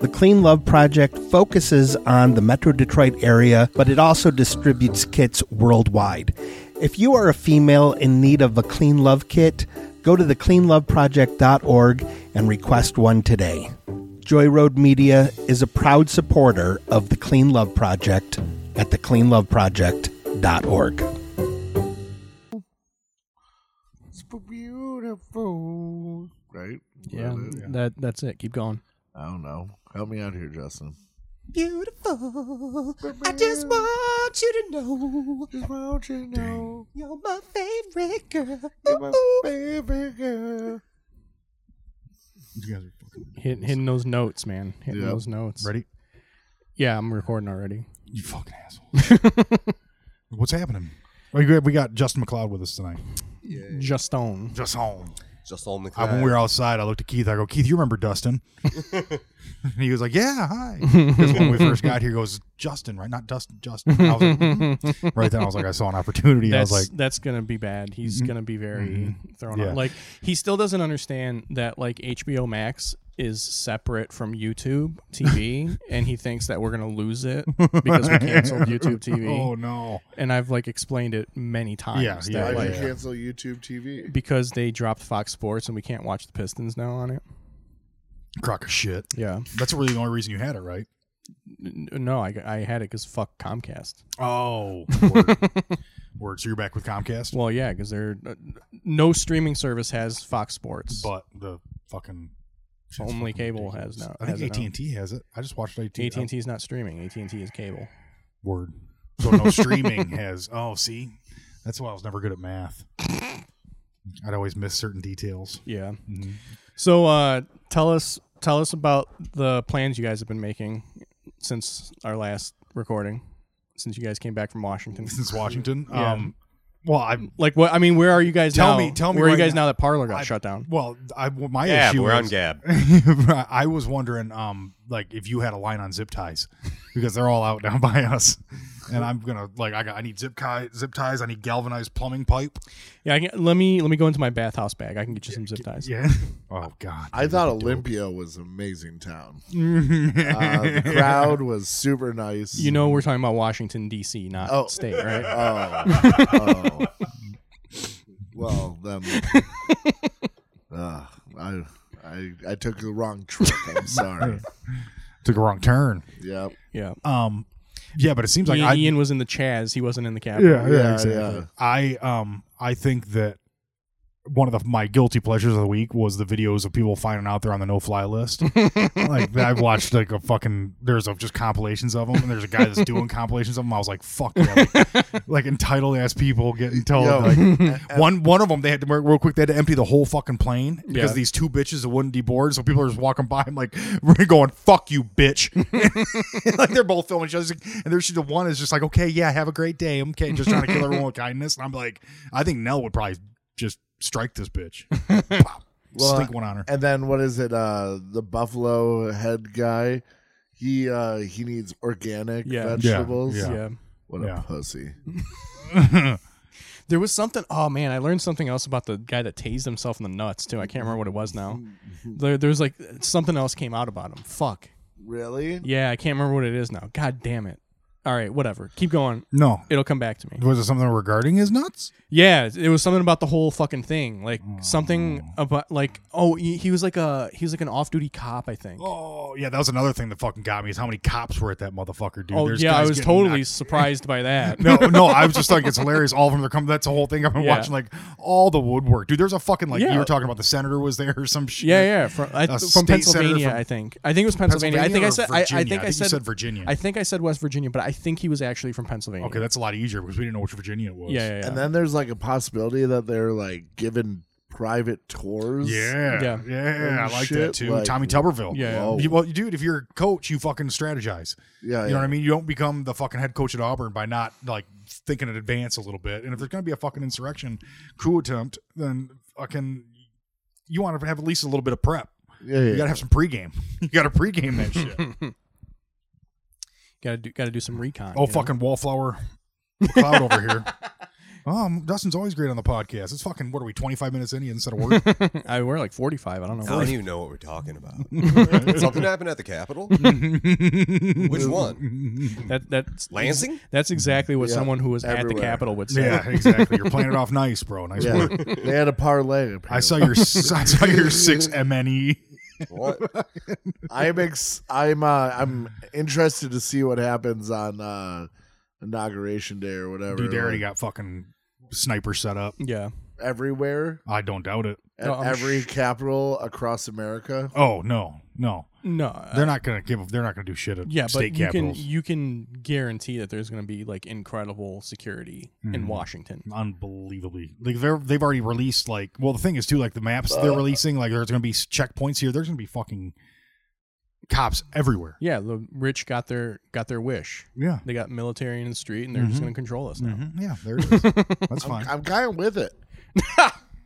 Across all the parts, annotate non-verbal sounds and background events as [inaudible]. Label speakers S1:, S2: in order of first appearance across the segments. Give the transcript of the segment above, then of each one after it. S1: The Clean Love Project focuses on the Metro Detroit area, but it also distributes kits worldwide. If you are a female in need of a Clean Love kit, go to thecleanloveproject.org and request one today. Joy Road Media is a proud supporter of the Clean Love Project at thecleanloveproject.org.
S2: It's beautiful, right?
S3: Yeah, that that's it. Keep going.
S2: I don't know. Help me out here, Justin.
S4: Beautiful. I just want you to know
S2: Just want you to know,
S4: you're my favorite girl.
S2: you're my
S4: Ooh, ooh.
S2: baby girl.
S5: You guys are fucking
S3: Hit, hitting those notes, man. Hitting
S2: Yep.
S3: those notes.
S5: ready?
S3: Yeah, I'm recording already.
S5: You fucking asshole. [laughs] What's happening? We got, we got Justin McLeod with us tonight.
S3: Just on.
S5: Justin.
S6: Just on the
S5: I,
S6: cloud.
S5: Uh, when we were outside, I looked at Keith. I go, Keith, you remember Dustin? he was like, Yeah, hi. Because when we first got here, he goes Justin, right? Not Dustin, Justin. I was like, "Mhm." right then, I was like, I saw an opportunity. I
S3: That's
S5: was like, mm-hmm.
S3: that's gonna be bad. He's gonna be very thrown
S5: Yeah.
S3: off. Like he still doesn't understand that like HBO Max is separate from YouTube
S5: [laughs]
S3: TV, and he thinks that we're gonna lose it because we canceled
S5: [laughs]
S3: YouTube TV.
S5: Oh no!
S3: And I've like explained it many times.
S5: Yeah,
S3: that,
S5: yeah,
S2: Why'd
S3: like,
S2: you cancel YouTube TV?
S3: Because they dropped Fox Sports and we can't watch the Pistons now on it.
S5: Crock of shit.
S3: Yeah.
S5: That's really the only reason you had it, right?
S3: N- No, I, I had it because fuck Comcast.
S5: Oh, [laughs] word. Word. So you're back with Comcast,
S3: Well, yeah, because they're uh, no streaming service has Fox Sports.
S5: but the fucking shit's
S3: Only
S5: fucking
S3: cable
S5: ridiculous.
S3: has now-
S5: I
S3: has it
S5: think AT
S3: now.
S5: and T has it. I just watched AT
S3: AT and T is not streaming. AT and T is cable.
S5: Word. So no
S3: [laughs]
S5: streaming has. Oh, see, that's why I was never good at math. I'd always miss certain details. [laughs]
S3: Yeah.
S5: Mm-hmm.
S3: So uh, tell us tell us about the plans you guys have been making since our last recording, since you guys came back from
S5: [laughs]
S3: Washington.
S5: Since Washington,
S3: Yeah.
S5: um, well, I
S3: like what? I mean, where are you guys
S5: Tell
S3: now?
S5: me- tell me
S3: where are
S5: right
S3: you guys
S5: now.
S3: now, that Parlor got
S5: I-
S3: shut down?
S5: well, I well, my
S6: Gab,
S5: issue.
S6: we're on
S5: was-
S6: Gab.
S5: [laughs] I was wondering, um, like if you had a line on
S3: [laughs]
S5: zip ties, because they're all out down by us, and I'm gonna like I got I need zip tie, zip ties. I need galvanized plumbing pipe.
S3: Yeah. I can, let me let me go into my bathhouse bag. I can get you some zip ties.
S5: Yeah. Oh God.
S2: I thought Olympia was an amazing
S3: [laughs]
S2: town. Uh, the [laughs] crowd was super nice.
S3: You know, we're talking about Washington D.C., not
S2: Oh.
S3: state,
S5: [laughs]
S3: right? [laughs]
S2: Oh. oh. Well,
S3: [laughs]
S2: then. Uh, I, I I took the wrong trip. I'm
S3: [laughs]
S2: sorry.
S5: took a wrong turn.
S2: Yep.
S3: Yeah.
S5: Um, yeah, but it seems like
S3: Ian,
S5: I,
S3: Ian was in the Chaz. He wasn't in the Capitol.
S5: yeah, yeah,
S2: Yeah,
S5: exactly.
S2: yeah.
S5: I um I think that one of the, my guilty pleasures of the week was the videos of people finding out they're on the no fly list. like I've watched like a fucking there's a, just compilations of them, and there's a guy that's doing compilations of them. I was like, fuck, yeah. like, like entitled ass people getting told.
S2: Yo.
S5: like, one one of them they had to real quick. They had to empty the whole fucking plane because
S3: Yeah.
S5: these two bitches that wouldn't deboard. So people are just walking by. I'm like, [laughs] we're going, fuck you, bitch. [laughs] like they're both filming shows, and there's the one is just like, okay, yeah, have a great day. I'm okay, just trying to kill everyone
S3: [laughs]
S5: with kindness. And I'm like, I think Nell would probably just strike this bitch.
S3: [laughs]
S5: Pop.
S2: Well,
S3: uh,
S5: Slink one on her.
S2: [laughs] And then what is it? Uh, the buffalo head guy. He uh, he needs organic
S3: Yeah. Yeah.
S2: vegetables.
S5: Yeah.
S3: yeah.
S2: What
S5: Yeah.
S2: a pussy.
S3: There was something. Oh man, I learned something else about the guy that tased himself in the nuts too. I can't remember what it was
S5: [laughs]
S3: now. There, there's like something else came out about him. Fuck.
S2: Really?
S3: Yeah, I can't remember what it is now. God damn it. All right, whatever. Keep going.
S5: No.
S3: It'll come back to me.
S5: Was it something regarding his nuts?
S3: Yeah, it was something about the whole fucking thing. Like
S5: Mm.
S3: something about like oh he, he was like a he was like an off duty cop I think. Oh,
S5: Oh yeah, that was another thing that fucking got me is how many cops were at that motherfucker, dude. There's
S3: Oh, yeah, I
S5: guys
S3: was
S5: getting
S3: totally
S5: knocked-
S3: surprised by
S5: [laughs]
S3: that.
S5: No, no, I was just
S3: [laughs]
S5: like, it's hilarious. All of them are coming. That's the whole thing. I've been
S3: Yeah.
S5: watching like all the woodwork, dude. There's a fucking like you
S3: Yeah.
S5: were talking about. The senator was there or some shit.
S3: Yeah, yeah, from, I,
S5: A
S3: from
S5: state senator
S3: Pennsylvania,
S5: from
S3: I think. I think it was Pennsylvania. I think I
S5: Pennsylvania
S3: said.
S5: or
S3: I, I
S5: Virginia?
S3: think I,
S5: you
S3: said,
S5: said Virginia.
S3: I think I said West Virginia, but I think he was actually from Pennsylvania.
S5: okay, that's a lot easier because we didn't know which Virginia it was.
S3: Yeah, yeah, yeah.
S2: And then there's like a possibility that they're like giving private tours.
S5: Yeah, yeah,
S3: Yeah.
S5: I like that
S2: Shit,
S5: too.
S2: like-
S5: Tommy Tuberville.
S3: Yeah.
S2: Whoa.
S5: You- well, dude, if you're a coach, you fucking strategize.
S2: yeah,
S5: You know what I mean? You don't become the fucking head coach at Auburn by not like thinking in advance a little bit. And if there's going to be a fucking insurrection coup attempt, then fucking you want to have at least a little bit of prep.
S2: Yeah, yeah.
S5: You got to have some pregame. [laughs] You got to pregame that shit.
S3: Gotta do, gotta do some recon.
S5: oh,
S3: you know?
S5: fucking wallflower cloud over here. Um, Dustin's always great on the podcast. It's fucking what are we twenty five minutes in he hasn't said a word?
S3: [laughs] I we're like forty five. I don't
S4: I
S3: know.
S4: don't even know what we're talking about.
S5: [laughs]
S4: Something happened at the Capitol? Which one?
S3: That that's
S4: Lansing?
S3: That's exactly what
S2: Yeah, someone
S3: someone who was at the
S2: everywhere. Capitol
S3: Capitol would say.
S5: yeah, exactly. You're playing it off nice, bro. Nice
S2: Yeah.
S5: work.
S2: [laughs] they had a parlay. Apparently.
S5: I saw your s- I saw your six E. MNE.
S4: What?
S2: I'm ex- I'm uh, I'm interested to see what happens on uh, inauguration day or whatever.
S5: Dude, they already
S2: Like,
S5: got fucking sniper set up.
S3: Yeah.
S2: everywhere
S5: I don't doubt it.
S2: at
S3: Oh, I'm
S2: every capital across America.
S5: Oh no, no,
S3: No. uh,
S5: they're not gonna give. They're not gonna do shit at
S3: yeah,
S5: state
S3: but you can
S5: capitals.
S3: you can guarantee that there's going to be like incredible security in
S5: Mhm.
S3: Washington.
S5: Unbelievably, like they're they've already released like. Well, the thing is too, like the maps they're releasing, like there's gonna be s- checkpoints here. There's gonna be fucking cops everywhere.
S3: Yeah, the rich got their got their wish.
S5: Yeah,
S3: They got military in the street, and they're
S5: Mhm.
S3: just going to control us now.
S5: Mhm. yeah, there it is. [laughs] That's
S2: I'm,
S5: fine.
S2: I'm kind of
S3: [laughs]
S2: with it.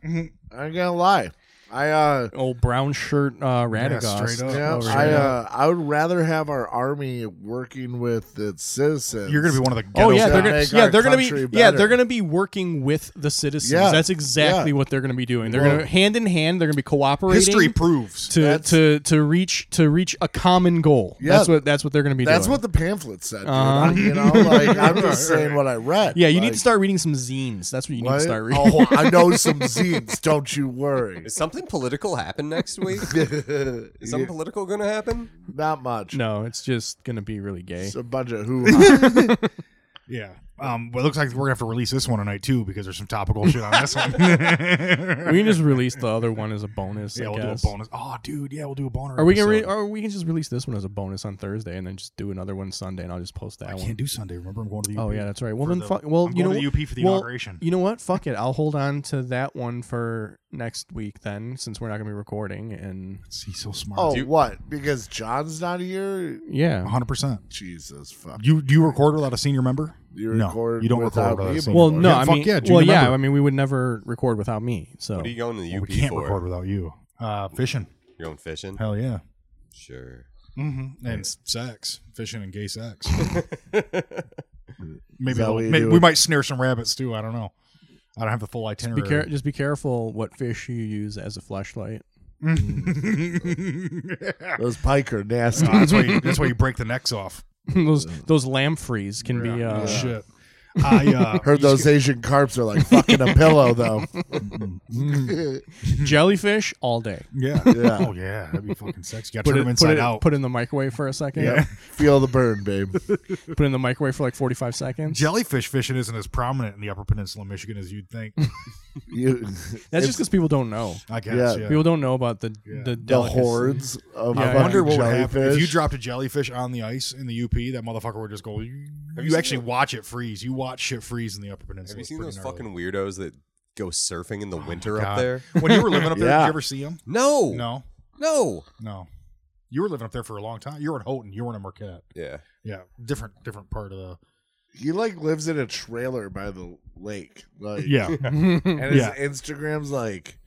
S2: I ain't gonna lie. I uh,
S3: Old brown shirt uh, Radagast.
S5: straight up.
S2: yeah,
S5: over
S2: I
S5: here.
S2: uh, I would rather have our army working with its citizens.
S5: You're gonna be one of the. Ghetto
S3: Oh yeah,
S5: cops.
S3: they're
S2: gonna
S3: gonna
S2: make
S3: yeah
S2: our country
S3: they're gonna be yeah
S2: better.
S3: they're gonna be working with the citizens.
S2: Yeah.
S3: That's exactly
S2: Yeah.
S3: what they're gonna be doing. They're
S2: Well-
S3: gonna hand in hand. They're gonna be cooperating.
S5: History proves.
S3: to
S2: That's-
S3: to to reach to reach a common goal.
S2: Yeah.
S3: That's what that's what they're going to be
S2: That's
S3: doing.
S2: what the pamphlet said. Dude.
S3: Uh-huh.
S2: You
S3: [laughs]
S2: know, like I'm just saying what I read.
S3: yeah, you
S2: Like,
S3: need to start reading some zines. That's what you need
S2: what?
S3: to start reading.
S2: Oh, I
S3: [laughs]
S2: know some zines. Don't you worry.
S4: Is something political happen next
S5: [laughs]
S4: week? Is something political going to happen?
S2: Not
S5: Oh.
S2: much.
S3: [laughs] No, it's just going to be really gay.
S2: It's a bunch of
S3: [laughs]
S2: hoo.
S5: Yeah. Um. Well, it looks like we're gonna have to release this one tonight too because there's some topical shit on this one.
S3: we can just release the other one as a bonus.
S5: Yeah,
S3: I
S5: we'll
S3: guess.
S5: do a bonus. Oh, dude, yeah, we'll do a bonus.
S3: Or we can re-
S5: episode.
S3: or we can just release this one as a bonus on Thursday, and then just do another one Sunday, and I'll just post that
S5: I
S3: one.
S5: can't do Sunday. Remember, I'm going to the. UP.
S3: Oh yeah, that's right. Well then,
S5: the-
S3: fuck. Well,
S5: I'm
S3: you know,
S5: going to
S3: what-
S5: the UP for the
S3: well,
S5: inauguration.
S3: You know what? Fuck it. I'll hold on to that one for next week then, since we're not going to be recording. And
S5: He's so smart.
S2: oh,
S4: Dude.
S2: what? Because John's not here.
S3: yeah,
S5: 100. percent
S2: Jesus fuck.
S5: You do you record without a senior member?
S2: You
S5: no,
S2: record
S5: you don't
S2: without me,
S5: record without a
S2: but-
S5: senior.
S3: Well,
S5: member.
S3: no,
S5: Oh, Yeah,
S3: I
S5: fuck
S3: mean,
S5: yeah, junior
S3: well, yeah,
S5: member.
S3: I mean, we would never record without me. So
S4: What are you going to the
S5: Well,
S4: UP
S5: Oh, we can't
S4: for?
S5: record without you. Uh, fishing.
S4: You're going fishing?
S5: Hell yeah.
S4: Sure.
S5: Mm-hmm. And s- sex, fishing and
S2: [laughs]
S5: gay sex.
S2: Is
S5: maybe
S2: that
S5: we'll-
S2: what you
S5: maybe
S2: do
S5: we
S2: it?
S5: might snare some rabbits too. I don't know. I don't have the full itinerary.
S3: be care- just be careful what fish you use as a flashlight. [laughs]
S2: Those pike are
S3: [laughs]
S2: nasty.
S5: Uh, [laughs] that's why you, that's why you break the necks off.
S3: those those lampreys can be. Uh,
S5: Shit. I uh,
S2: Heard those Asian carps are like fucking a pillow
S3: [laughs]
S2: though.
S3: [laughs] jellyfish all day.
S5: [laughs] Yeah.
S2: Yeah.
S5: Oh yeah, that'd be fucking sexy. You gotta
S3: Put
S5: turn
S3: it,
S5: them
S3: put,
S5: inside
S3: it,
S5: out.
S3: put it in the microwave for a second.
S2: Yeah. [laughs] Feel the burn, babe.
S3: [laughs] Put it in the microwave for like 45 seconds.
S5: Jellyfish fishing isn't as prominent in the Upper Peninsula of Michigan as you'd think. [laughs]
S2: You,
S3: That's just because people don't know.
S5: I guess.
S2: Yeah.
S5: Yeah.
S3: People don't know about the
S5: Yeah.
S3: the,
S2: the
S3: delicacy.
S2: hordes of
S3: Yeah,
S5: I
S3: yeah.
S5: wonder
S2: fucking
S5: what would happen
S2: jellyfish.
S5: if you dropped a jellyfish on the ice in the UP. That motherfucker would just go. You,
S4: seen
S5: actually
S4: the-
S5: watch it freeze. You watch shit freeze in the Upper Peninsula.
S4: Have you
S5: It's
S4: seen
S5: pretty
S4: those
S5: gnarly.
S4: fucking weirdos that go surfing in the winter
S5: Oh God.
S4: up there?
S5: When you were living up there, did
S2: Yeah.
S5: you ever see them?
S4: No.
S5: No,
S4: No.
S5: no. You were living up there for a long time. You were in Houghton. You were in a Marquette.
S4: Yeah.
S5: Yeah, different, different part of the.
S2: he like lives in a trailer by the lake. Like
S5: Yeah,
S3: [laughs]
S2: and his
S5: Yeah.
S2: Instagram's like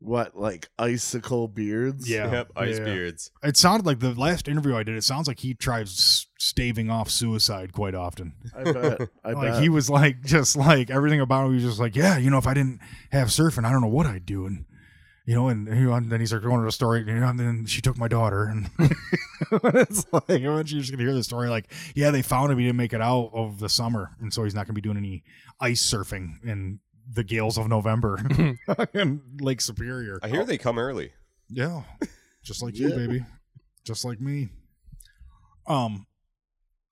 S2: what, like icicle beards?
S5: yeah.
S4: Yep. Ice
S5: yeah.
S4: beards.
S5: It sounded like the last interview I did. It sounds like he tries s- staving off suicide quite often.
S2: I
S5: [laughs]
S2: bet. I
S5: like
S2: bet.
S5: he was like [laughs] just like everything about him he was just like yeah you know if i didn't have surfing i don't know what i'd do and you know and, you know, and then he's like going to the story and, you know, and then she took my daughter and [laughs] it's like eventually you're just gonna hear the story like yeah they found him he didn't make it out of the summer and so he's not gonna be doing any ice surfing in the gales of november [laughs] in lake superior
S4: I hear they come early.
S5: yeah just like you
S2: Yeah.
S5: baby just like me um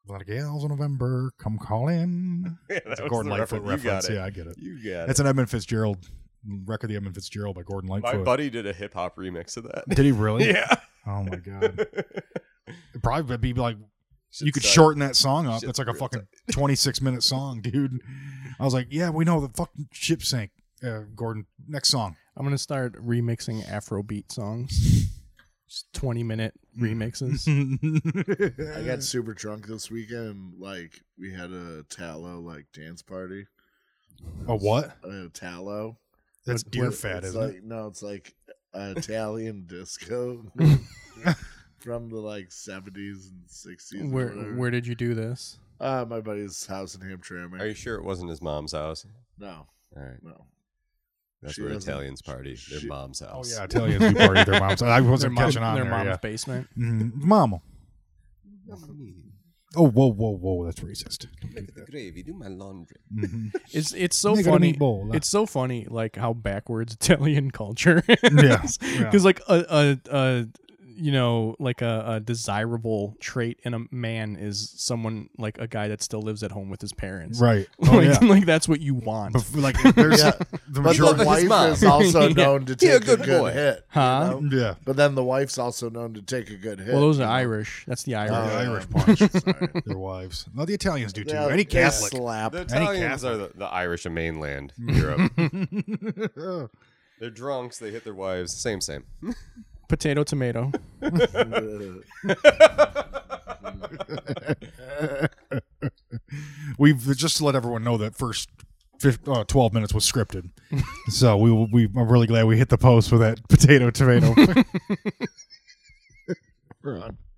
S5: the gales of november come calling
S4: Yeah,
S5: it's
S4: [laughs] that
S5: a
S4: was
S5: Gordon
S4: the
S5: Lightfoot reference.
S4: reference. You
S5: Yeah,
S4: got it.
S5: I get it.
S4: You got
S5: That's an Edmund Fitzgerald record, the Edmund Fitzgerald by Gordon
S4: it. My
S5: Lightfoot.
S4: buddy did a hip hop remix of that.
S5: Did he really?
S4: [laughs] yeah.
S5: Oh my
S4: [laughs]
S5: god. It'd probably be like you
S4: Shit
S5: could
S4: sucked.
S5: shorten that song up.
S4: Shit
S5: That's like a
S4: sucked.
S5: fucking twenty-six minute song, dude. I was like, yeah, we know the fucking ship sank. Uh, Gordon, next song.
S3: I'm gonna start remixing Afrobeat songs.
S5: [laughs]
S3: Just 20 minute
S5: Hmm.
S3: remixes.
S2: I got super drunk this weekend. and, Like we had a tallow like dance party.
S5: a what?
S2: A tallow.
S5: That's
S3: What-
S5: deer
S3: what-
S5: fat,
S2: it's
S5: isn't
S2: like,
S5: it?
S2: No, it's like Italian disco
S5: [laughs]
S2: [laughs] from the like seventies and sixties.
S3: where where did you do this?
S2: Uh, my buddy's house in Hampshire.
S4: Are you sure it wasn't his mom's house?
S2: No,
S4: All right.
S2: no.
S4: That's
S2: She
S4: where
S2: doesn't-
S4: Italians party. Their
S2: she-
S4: mom's
S5: Oh
S4: house.
S5: yeah, Italians do party at their mom's. I wasn't
S3: their mom-
S5: catching on
S3: their
S5: there.
S3: mom's
S5: yeah.
S3: basement.
S5: Mhm. Mama. Oh whoa whoa whoa! That's racist. Mm-hmm.
S4: Make the gravy. Do my laundry.
S3: It's it's so
S5: Make it a
S3: funny.
S5: meatball.
S3: It's so funny, like how backwards [laughs] Italian culture. is.
S5: Yeah, yeah.
S3: because like a, a a you know like a, a desirable trait in a man is someone like a guy that still lives at home with his [laughs] parents.
S5: Right. Oh
S3: Like,
S5: yeah.
S3: like that's what you want.
S5: Bef- like there's
S2: Yeah.
S5: the
S2: But
S5: majority-
S4: look
S2: the
S4: at
S2: wife
S4: his mom.
S2: is also known to
S4: He a
S2: take a
S4: good
S2: good
S4: boy.
S2: hit.
S3: Huh?
S2: You know?
S5: yeah.
S2: But then the wife's also known to take a good hit.
S3: well, those are Irish. That's the Irish.
S5: The Irish
S2: [laughs] punch.
S5: Their wives. No, the Italians do too.
S2: Yeah,
S5: Any
S2: yeah,
S5: Catholic.
S4: [laughs]
S2: slap.
S4: The Italians are the, the Irish of [laughs] mainland Europe. [laughs] They're drunks. They hit their wives. Same, same.
S3: Potato, tomato.
S5: We've just to let everyone know that first. fif- uh, 12 minutes was scripted.
S3: [laughs]
S5: so we will- we I'm really glad we hit the post with that potato
S3: [laughs]
S5: tomato.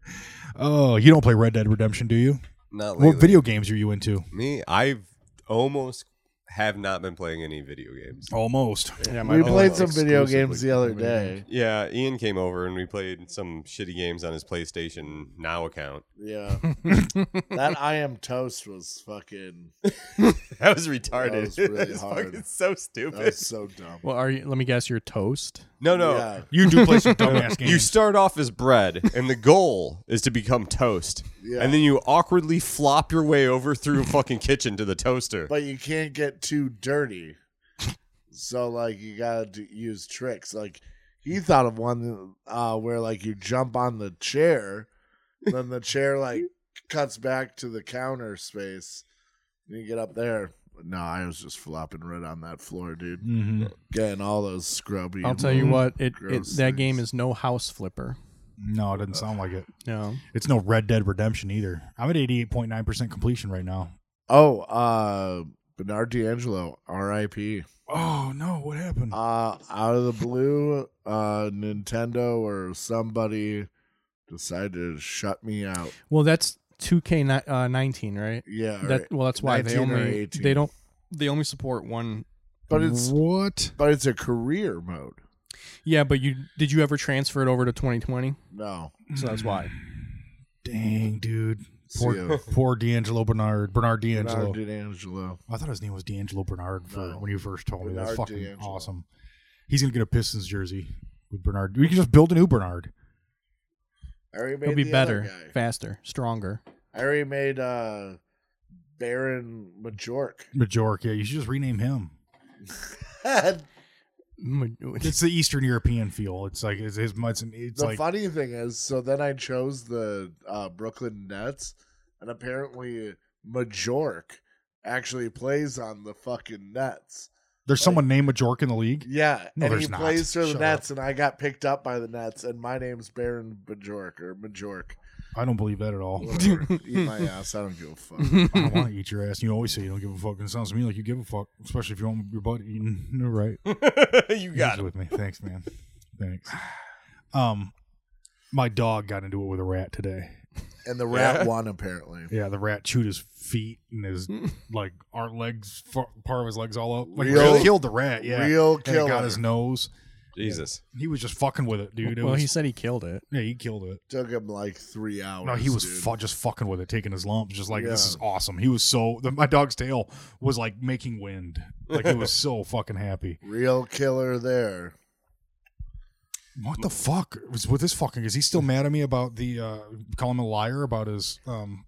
S5: [laughs] oh, you don't play Red Dead Redemption, do you?
S4: Not
S5: What
S4: lately.
S5: video games are you into?
S4: Me, I've almost have not been playing any video games.
S5: Almost.
S3: Yeah, my
S2: we
S3: mom
S2: played
S3: likes
S2: some video
S3: exclusively
S2: games the other
S3: video
S2: day.
S4: Yeah, Ian came over and we played some shitty games on his PlayStation Now account. [laughs]
S2: Yeah, that I am toast was fucking.
S4: That was retarded.
S2: was
S4: [laughs]
S2: really
S4: It was
S2: hard.
S4: fucking so
S2: That
S4: stupid.
S2: was so dumb.
S3: Well, are you? Let me guess. You're toast.
S4: no, no.
S2: Yeah,
S5: You do play [laughs] some dumbass games.
S4: You start off as bread, and the goal is to become toast.
S2: Yeah.
S4: And then you awkwardly flop your way over through a fucking kitchen to the toaster.
S2: but you can't get too dirty. So like you gotta do, use tricks. Like he thought of one uh, where like you jump on the chair, then the chair like cuts back to the counter space, and you get up there. No, I was just flopping right on that floor, dude.
S5: Mhm.
S2: Getting all those scrubby.
S3: I'll tell you what. It, it
S2: Gross
S3: that game
S2: things.
S3: is no house flipper.
S5: No, it doesn't sound like it.
S3: No.
S5: It's no Red Dead Redemption either. I'm at 88.9% completion right now.
S2: Oh, uh, Bernard D'Angelo, R.I.P.
S5: Oh, no. What happened?
S2: uh out of the blue uh nintendo or somebody decided to shut me out
S3: Well, that's 2K uh, 19, right?
S2: yeah
S3: that
S2: right.
S3: well, that's why they
S2: 19 or
S3: only
S2: 18.
S3: they don't they only support one.
S2: but it's
S5: What?
S2: but it's a career mode
S3: Yeah, but you did you ever transfer it over to 2020?
S2: no
S3: So that's why.
S5: Mm-hmm. Dang, dude.
S2: See
S5: Poor,
S2: ya.
S5: [laughs] poor D'Angelo Bernard. Bernard D'Angelo.
S2: Bernard D'Angelo.
S5: I thought his name was D'Angelo Bernard for
S2: No.
S5: when you first told me. That's
S2: Bernard
S5: fucking
S2: D'Angelo.
S5: awesome. He's going to get a Pistons jersey with Bernard. We can just build a new Bernard.
S2: I already made
S3: It'll be
S2: the other
S3: better,
S2: guy.
S3: faster, stronger.
S2: I already made uh, Baron [laughs] Majork.
S5: Majork. Yeah, you should just rename him.
S2: the
S3: Mm, [laughs]
S5: It's the Eastern European feel. It's like it's his. It's, an- it's like
S2: funny thing is, so then I chose the uh, Brooklyn Nets, and apparently Majork actually plays on the fucking Nets.
S5: there's someone named Majork in the league.
S2: Yeah,
S5: No,
S2: and
S5: there's
S2: he
S5: not.
S2: plays for the
S5: Shut
S2: Nets, and I got picked up by the Nets, and my name's Baron Bajork or
S5: [laughs]
S2: Majork.
S5: I don't believe that
S2: [laughs]
S5: at all.
S2: Whatever. Eat my ass. I don't give a fuck.
S5: [laughs] I don't want to eat your ass. You always say you don't give a fuck. And it sounds to me like you give a fuck, especially if you want your butt eaten. [laughs] You're right.
S4: [laughs] you got
S5: Easy
S4: it.
S5: with me. Thanks, man. Thanks. Um, my dog got into it with a rat today.
S2: And the rat won apparently.
S5: Yeah, the rat chewed his feet
S2: [laughs]
S5: and his like our legs, fu- part of his legs all up. Like
S2: Real-
S5: really killed the rat. [laughs] Yeah,
S2: real
S5: And it got
S2: killer.
S5: his nose.
S4: Jesus.
S5: He was just fucking with it, dude. It
S3: [laughs] well,
S5: was,
S3: he said he killed it.
S5: yeah, he killed it.
S2: Took him like three
S4: Oh,
S2: hours.
S5: No, he was
S2: dude.
S5: fu- just fucking with it, taking his lumps, just like this
S2: Yeah.
S5: is awesome. He was so the, my dog's tail was like making wind, like he
S4: [laughs]
S5: was so fucking happy.
S2: real killer there.
S5: What the fuck was with this fucking? Is he still mad at me about the uh call him a liar about his? um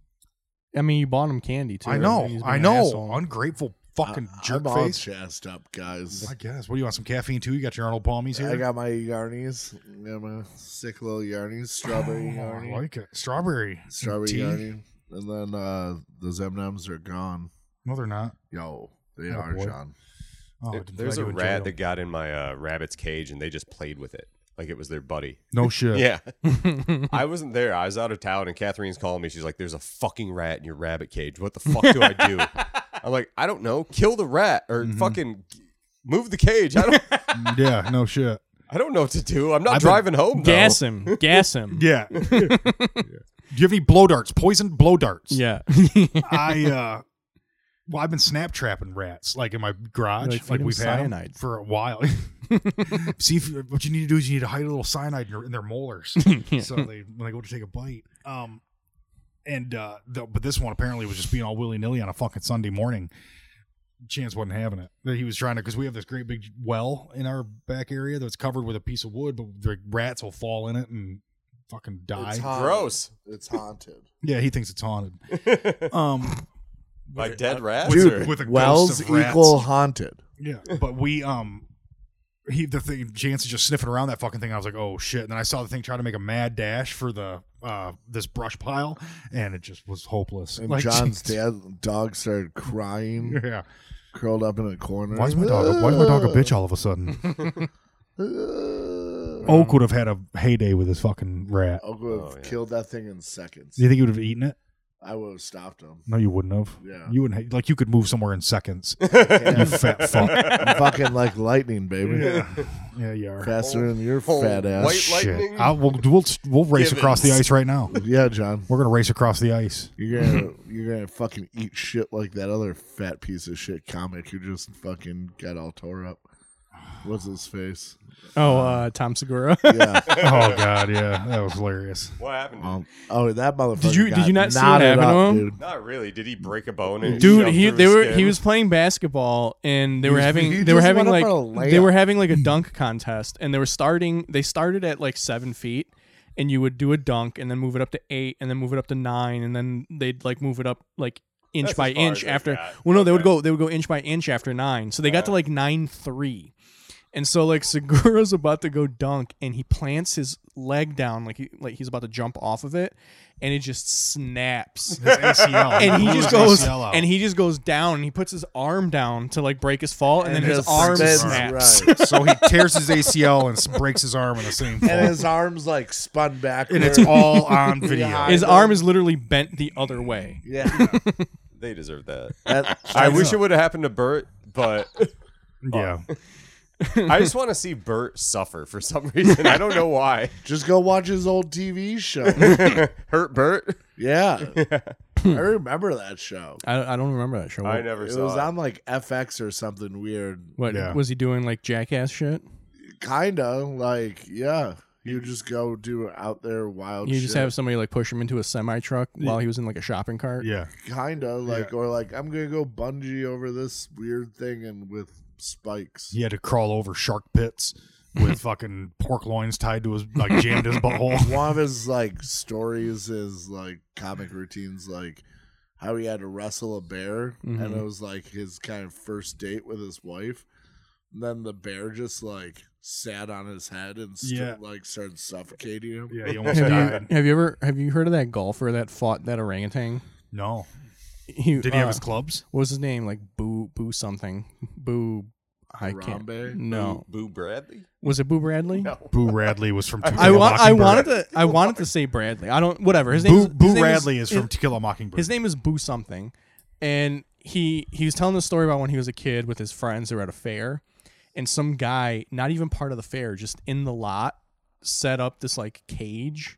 S3: I mean, you bought him candy too.
S5: I
S3: and
S5: know,
S3: he's been
S5: I
S3: an
S5: know,
S3: asshole.
S5: ungrateful fucking
S2: I-
S5: jerk
S2: I'm all
S5: face.
S2: chest up, guys.
S5: I guess. What do you want? Some caffeine too? You got your Arnold Palmies here.
S2: I got my yarnies. I got my sick little
S5: [gasps]
S2: yarnies, strawberry
S5: Oh, I
S2: yarnie,
S5: like it. Strawberry.
S2: strawberry
S5: tea?
S2: yarnie, and then uh, those M Ms are gone.
S5: No, they're not.
S2: Yo, they
S5: Oh,
S2: are
S5: boy.
S2: John.
S5: Oh,
S4: There-
S5: did you
S4: there's
S5: like
S4: a
S5: you in
S4: rat
S5: jail?
S4: that got in my uh, rabbit's cage and they just played with it like it was their buddy.
S5: No shit.
S4: Yeah. [laughs] I wasn't there. I was out of town and Catherine's calling me. She's like, There's a fucking rat in your rabbit cage. What the fuck do I [laughs] do? I'm like, I don't know. Kill the rat or
S5: Mm-hmm.
S4: fucking move the cage. I don't [laughs]
S5: yeah. No shit.
S4: I don't know what to do. I'm not
S5: I've been-
S4: driving home. Though.
S3: Gas
S5: [laughs]
S3: him. Gas him.
S5: Yeah. Do you have any blow darts? Poisoned blow darts?
S3: yeah. [laughs]
S5: I uh well, I've been snap trapping rats like in my garage,
S3: Like,
S5: like,
S3: feed them
S5: we've had 'em
S3: cyanide.
S5: for a while. [laughs] See, if, what you need to do is you need to hide a little cyanide in their, in their
S3: [laughs]
S5: molars, so they when they go to take a bite. Um, and uh, the, but this one apparently was just being all willy nilly on a fucking Sunday morning. Chance wasn't having it. That He was trying to because we have this great big well in our back area that's covered with a piece of wood, but the rats will fall in it and fucking die.
S2: It's hot.
S4: Gross.
S2: It's haunted.
S5: Yeah, he thinks
S2: [laughs]
S5: it's haunted. Um, uh,
S4: By dead rats?
S2: Dude,
S5: with a ghost
S2: wells
S5: of rats.
S2: equal haunted.
S5: Yeah, but we um, he the thing Jansen's just sniffing around that fucking thing. I was like, oh shit! And then I saw the thing try to make a mad dash for the uh this brush pile, and it just was hopeless.
S2: And
S5: Like, [laughs]
S2: John's
S5: Jansen-
S2: dad dog started
S5: [laughs]
S2: crying,
S5: Yeah.
S2: curled up in a corner.
S5: Why is my dog? Why is
S2: [laughs]
S5: my dog a bitch all of a sudden?
S2: Uh,
S5: Oak would have had a heyday with his fucking rat.
S2: Oak would have
S4: Oh, yeah.
S2: killed that thing in seconds.
S5: Do you think he would have eaten it?
S2: I would have stopped
S5: [laughs]
S2: him.
S5: No, you wouldn't have.
S2: Yeah.
S5: You wouldn't. ha- Like you could move somewhere
S2: [laughs]
S5: in seconds. You
S2: Yeah.
S5: fat
S2: [laughs]
S5: fuck.
S2: I'm fucking like lightning, baby.
S5: Yeah, you are.
S2: Faster than your
S4: Oh,
S2: fat ass.
S4: white lightning.
S5: Shit. I, we'll, we'll we'll race across the
S4: Givens.
S5: ice right now.
S2: Yeah, John.
S5: We're gonna race across the ice.
S2: You're gonna you're gonna fucking eat shit like that other fat piece of shit comic who just fucking got all tore up. What's his face?
S3: Oh, uh, Tom Segura. [laughs]
S2: Yeah.
S5: [laughs] Oh god, yeah, that was hilarious.
S4: What happened? to him?
S2: Um, oh, that motherfucker.
S3: Did you- did
S2: got
S3: you not see what
S2: knotted
S3: happened to
S2: up,
S3: him?
S2: dude?
S4: Not really. Did he break a bone? And it
S3: Dude,
S4: shoved
S3: he
S4: through
S3: they
S4: his
S3: were
S4: skin?
S3: he was playing basketball and they were
S2: He-
S3: having
S2: he
S3: they were
S2: just
S3: having
S2: went
S3: like
S2: up on a
S3: they were
S2: layup. [laughs]
S3: having like a dunk contest and they were starting they started at like seven feet and you would do a dunk and then move it up to eight and then move it up to nine and then they'd like move it up like inch
S4: That's
S3: by
S4: as far
S3: inch
S4: as they
S3: after
S4: got.
S3: well no they would
S4: Okay.
S3: go they would go inch by inch after nine so they got to like nine three and so like [laughs] Segura's about to go dunk and he plants his leg down like he like he's about to jump off of it and it just snaps
S5: His ACL.
S3: and he
S5: Blew
S3: just
S5: his
S3: goes
S5: ACL out.
S3: and he just goes down and he puts his arm down to like break his fall and, then his
S2: just
S3: arm
S2: spins
S3: snaps.
S2: right.
S5: so he tears his ACL and s- breaks his arm in
S3: [laughs]
S5: the same fall.
S2: and
S5: And,
S2: his arms like spun back,
S5: it's
S3: [laughs]
S5: all on video.
S2: Yeah.
S3: His arm is literally bent the other way.
S2: yeah.
S4: They deserve that.
S2: [laughs] That-
S4: [laughs] I wish it would have happened to Bert, [laughs] but
S5: Yeah.
S4: I just want to see Bert suffer for some [laughs] reason. I don't know why.
S2: just go watch his old TV [laughs] show.
S4: Hurt Bert?
S2: Yeah, I remember that show.
S3: I, I don't remember that show.
S4: I
S3: What,
S4: never
S2: It
S4: saw
S2: was
S4: it.
S2: on like FX or something weird.
S3: what
S5: Yeah.
S3: was he doing? Like jackass shit?
S2: Kinda like yeah, you just go do out there wild.
S3: You
S2: Oh, shit.
S3: just have somebody like push him into a semi truck while he was in like a shopping cart.
S5: Yeah.
S2: kinda like or like I'm gonna go bungee over this weird thing and with spikes.
S5: He had to crawl over shark pits [laughs] with fucking pork loins tied to his like jammed his [laughs] butthole.
S2: one of his like stories is like comic routines like how he had to wrestle a bear
S5: Mm-hmm.
S2: and it was like his kind of first date with his wife and then the bear just like sat on his head and st-
S5: Yeah.
S2: like started suffocating him
S5: Yeah, he almost
S3: Have
S5: died.
S3: you have you ever have you heard of that golfer that fought that orangutan?
S5: No.
S3: He,
S5: Did he
S3: uh,
S5: have his clubs?
S3: what was his name? Like Boo Boo something. Boo I can't.
S2: Harambe?
S3: No.
S4: Boo Bradley?
S3: Was it Boo Bradley?
S4: No.
S5: Boo Radley was from To
S3: I,
S5: Kill a
S3: wa- I
S5: Mockingbird.
S3: wanted to I wanted to say Bradley. I don't whatever his name.
S5: Boo,
S3: is-
S5: Boo
S3: his name
S5: Radley is, from
S3: his,
S5: To Kill a Mockingbird.
S3: his name is Boo something, and he he was telling the story about when he was a kid with his friends. They were at a fair, and some guy, not even part of the fair, just in the lot, set up this like cage,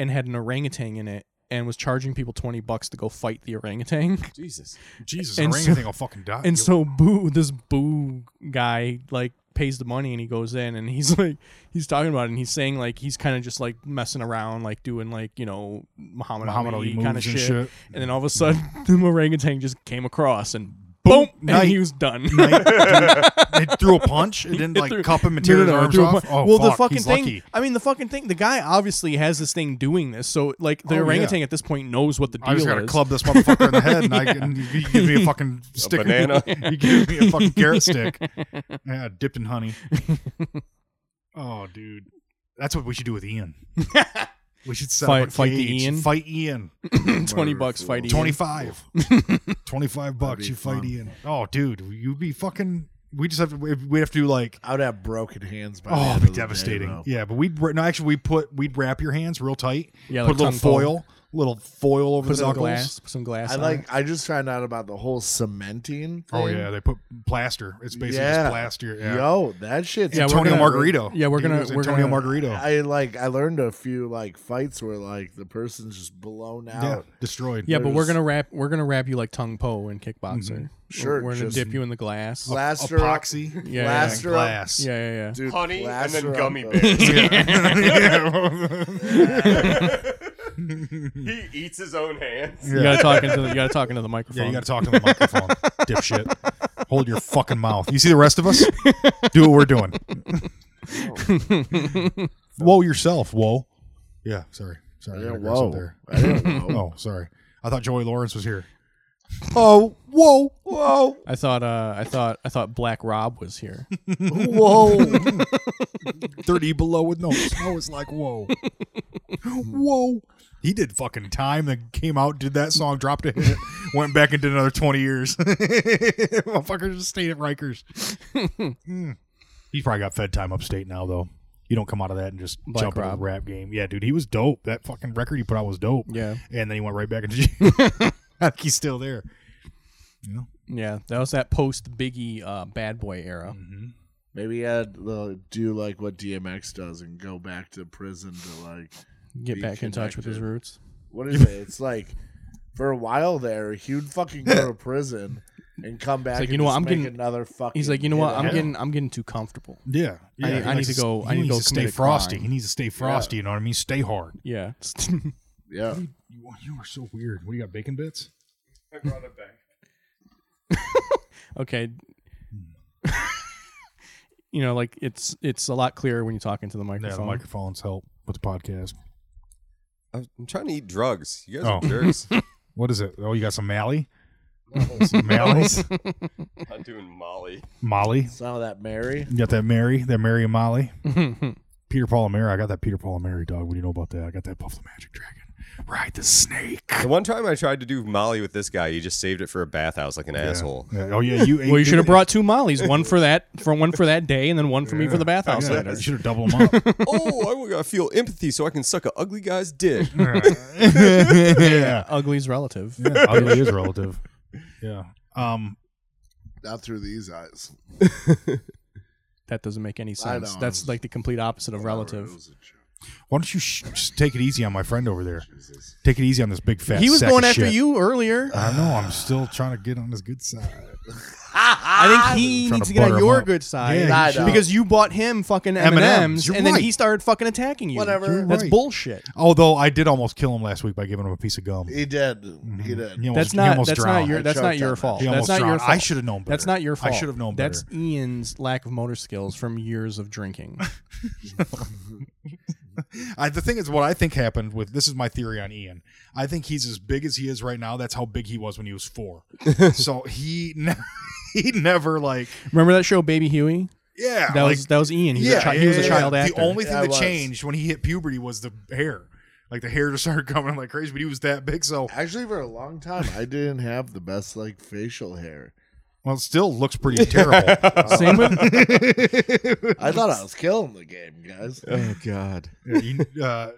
S3: and had an orangutan in it, and was charging people twenty bucks to go fight the orangutan.
S4: Jesus.
S5: Jesus,
S3: and
S5: and
S3: so-
S5: orangutan will fucking die.
S3: And so Boo, this Boo guy, like pays the money and he goes in and he's [laughs] like, he's talking about it and he's saying like he's kind of just like messing around, like doing like you know Muhammad,
S5: Muhammad Ali
S3: kind of
S5: moves
S3: shit.
S5: and
S3: And
S5: shit.
S3: then all of a sudden, [laughs] the orangutan just came across and boom,
S5: Night.
S3: and he was done.
S5: Like,
S3: [laughs]
S5: dude, it threw a punch. It didn't like
S3: threw-
S5: cup him and
S3: No,
S5: tear
S3: no,
S5: his
S3: no,
S5: arms
S3: threw a
S5: off.
S3: punch.
S5: Oh,
S3: well, the
S5: fuck,
S3: fucking
S5: he's
S3: thing.
S5: lucky.
S3: I mean, the fucking thing. The guy obviously has this thing doing this, so like the
S5: Oh, yeah.
S3: orangutan at this point knows what the deal
S5: I just gotta
S3: is.
S5: [laughs] club this motherfucker in the head, and I can, you, you give me [laughs] a fucking stick,
S4: banana.
S5: you give me a fucking carrot [laughs] stick, yeah, dipped in [laughs] honey. Oh, dude, that's what we should do with [laughs] Ian. We should set
S3: Fight-
S5: up a
S3: fight the
S5: cage.
S3: Ian?
S5: fight Ian,
S3: [laughs] Twenty bucks fighting.
S5: [laughs] twenty five. 25 bucks, you fight Ian. Oh, dude, you'd be fucking we just have to we have to do like
S2: I would have broken hands by the
S5: oh,
S2: end
S5: it'd be
S2: of the day,
S5: devastating.
S2: bro.
S5: yeah, but we'd wra- no actually we put we'd wrap your hands real tight.
S3: Yeah,
S5: put
S3: like
S5: a little
S3: tongue foam.
S5: foil, little foil over
S3: Put
S5: the
S3: some
S5: knuckles.
S3: glass. Put some glass.
S2: I
S3: on
S2: like.
S3: it.
S2: I just found out about the whole cementing.
S5: Oh
S2: thing.
S5: yeah, they put plaster. It's basically
S2: Yeah.
S5: just plaster. Yeah.
S2: Yo, that shit's
S3: Yeah, we're
S5: Antonio
S3: gonna-
S5: Margarito.
S3: yeah, we're
S5: He
S3: gonna-
S5: was
S3: we're
S5: Antonio
S3: gonna-
S5: Margarito.
S2: I like. I learned a few like fights where like the person's just blown out.
S5: yeah, destroyed.
S3: Yeah, but
S2: there's-
S3: we're gonna wrap. We're gonna wrap you like tung po in kickboxer. We're-
S2: Sure,
S3: we're gonna
S2: just-
S3: dip you in the glass. Yeah,
S2: Plaster up-
S5: epoxy,
S3: yeah,
S2: Plaster up-
S5: glass.
S3: yeah, yeah, yeah.
S2: dude,
S4: Honey and
S2: plaster
S4: then
S2: up
S4: gummy
S2: the-
S4: bears.
S5: yeah.
S4: [laughs] he eats his own hands.
S3: You gotta talk into the. You gotta talk into the microphone.
S5: Yeah, you got to talk to the microphone, dipshit. Hold your fucking mouth. You see the rest of us? Do what
S2: [laughs]
S5: we're doing. whoa yourself, whoa. Yeah, sorry, sorry. I
S2: Yeah,
S5: gotta grab something
S2: whoa.
S5: there.
S2: I didn't know.
S5: [laughs] Oh, sorry. I thought Joey Lawrence was here.
S2: oh, whoa, whoa,
S3: I thought. Uh, I thought. I thought Black Rob was here.
S2: whoa.
S5: Thirty below with no snow is like
S3: [laughs]
S5: whoa, whoa. He did fucking time. Then came out, did that song, dropped a hit, went back and did another twenty years. [laughs] Motherfucker just stayed
S3: [laughs]
S5: at Rikers. Mm. He's probably got fed time upstate now though. You don't come out of that and just
S3: Black
S5: jump into
S3: Rob.
S5: the rap game. Yeah, dude, he was dope. That fucking record he put out was dope.
S3: Yeah.
S5: and then he went
S3: [laughs]
S5: right back into jail. [laughs] I think he's still there.
S3: Yeah, that was that post Biggie uh, bad boy era.
S2: Maybe I'd uh, do like what DMX does and go back to prison to like
S3: Get
S2: Be
S3: back in touch with his
S2: connected.
S3: roots.
S2: what
S3: [laughs]
S2: is it? It's like for a while there, he would fucking go
S3: [laughs]
S2: to prison and come back.
S3: like,
S2: and
S3: you know what,
S2: just
S3: I'm
S2: make
S3: getting-
S2: another fucking.
S3: He's like, you know what? I'm
S2: hit.
S3: getting. I'm getting too comfortable.
S5: Yeah, yeah.
S3: I-
S5: He
S3: I need
S5: likes
S3: to go-
S5: st-
S3: I need to
S5: he
S3: go
S5: needs stay
S3: commit a
S5: frosty.
S3: crime.
S5: He needs to stay frosty. You know what I mean? Stay hard.
S3: Yeah. [laughs]
S2: yeah.
S5: You, you are so weird. What do you got? Bacon bits?
S3: okay. [laughs] you know, like it's it's a lot clearer when you talk into the
S5: Yeah, the
S3: microphone.
S5: microphones help with the podcast.
S4: I'm I'm trying to eat drugs. You guys are
S5: Oh.
S4: jerks. [laughs]
S5: What is it? Oh, you got some Mally? [laughs] some Mally's?
S4: I'm doing Molly.
S5: Molly?
S2: Some of that Mary.
S5: You got that Mary? That Mary and Molly? Peter Paul and Mary. I got that Peter Paul and Mary dog. What do you know about that? I got that Puff the Magic Dragon. Ride the snake.
S4: The one time I tried to do Molly with this guy, he just saved it for a bathhouse like an asshole. [laughs]
S5: Yeah. Oh, yeah. You
S3: well, you should have brought two mollies, one for that for one for that day, and then one for me for the bathhouse
S5: Yeah,
S3: later.
S5: you should have doubled them up.
S4: oh, I will- I feel empathy so I can suck a ugly guy's
S5: [laughs]
S4: dick.
S5: yeah.
S3: Ugly's relative.
S5: yeah. Ugly is relative. Yeah. Um,
S2: Not through these eyes.
S3: That doesn't make any sense.
S2: know.
S3: That's like the complete opposite of
S2: It
S3: relative.
S2: was a joke.
S5: why don't you sh- just take it easy on my friend over there? Take it easy on this big fat.
S3: He was
S5: sack
S3: going
S5: of
S3: after
S5: shit.
S3: you earlier.
S5: I know. I'm still trying to get on his good side.
S2: Ah,
S3: I think he
S5: Trying
S3: needs
S5: to
S3: to get
S5: butter
S3: on
S5: him
S3: your
S5: up.
S3: good side
S5: Yeah,
S2: you should.
S3: because you bought him fucking M and
S5: M&Ms,
S3: M's,
S5: you're
S3: and then
S5: right.
S3: he started fucking attacking you.
S2: Whatever. You're
S3: That's
S5: right.
S3: bullshit.
S5: Although I did almost kill him last week by giving him a piece of gum.
S2: He did.
S3: Mm-hmm.
S2: He did.
S5: He almost-
S3: That's
S5: he
S3: not.
S5: almost
S3: That's
S5: drowned.
S3: not your.
S2: I
S3: That's not
S2: choked
S3: your
S2: on
S3: fault.
S5: He
S3: That's
S5: almost
S3: not your
S5: drowned.
S3: fault.
S5: I should have known better.
S3: That's not your
S5: I
S3: fault.
S5: should have known
S3: That's
S5: better.
S3: Ian's lack of motor skills from years of drinking. [laughs]
S5: I, the thing is, what I think happened with this is my theory on Ian. I think he's as big as he is right now. That's how big he was when he
S2: [laughs]
S5: was four. so he ne- [laughs] he never like
S3: Remember that show, Baby Huey?
S5: yeah
S3: That
S5: like,
S3: was that was Ian. He was a, chi- he was a
S5: yeah,
S3: child
S5: yeah.
S3: actor.
S5: The only thing
S2: Yeah, I
S5: that
S2: was.
S5: changed when he hit puberty was the hair. Like the hair just [laughs] started coming like crazy, but he was that big, so
S2: Actually, for a long time, I didn't have the best like facial hair.
S5: well, it still
S2: [laughs]
S5: looks pretty terrible. Uh,
S3: Same with
S2: I thought [laughs] I was killing the game, guys.
S4: Oh God.
S5: Yeah, you, uh,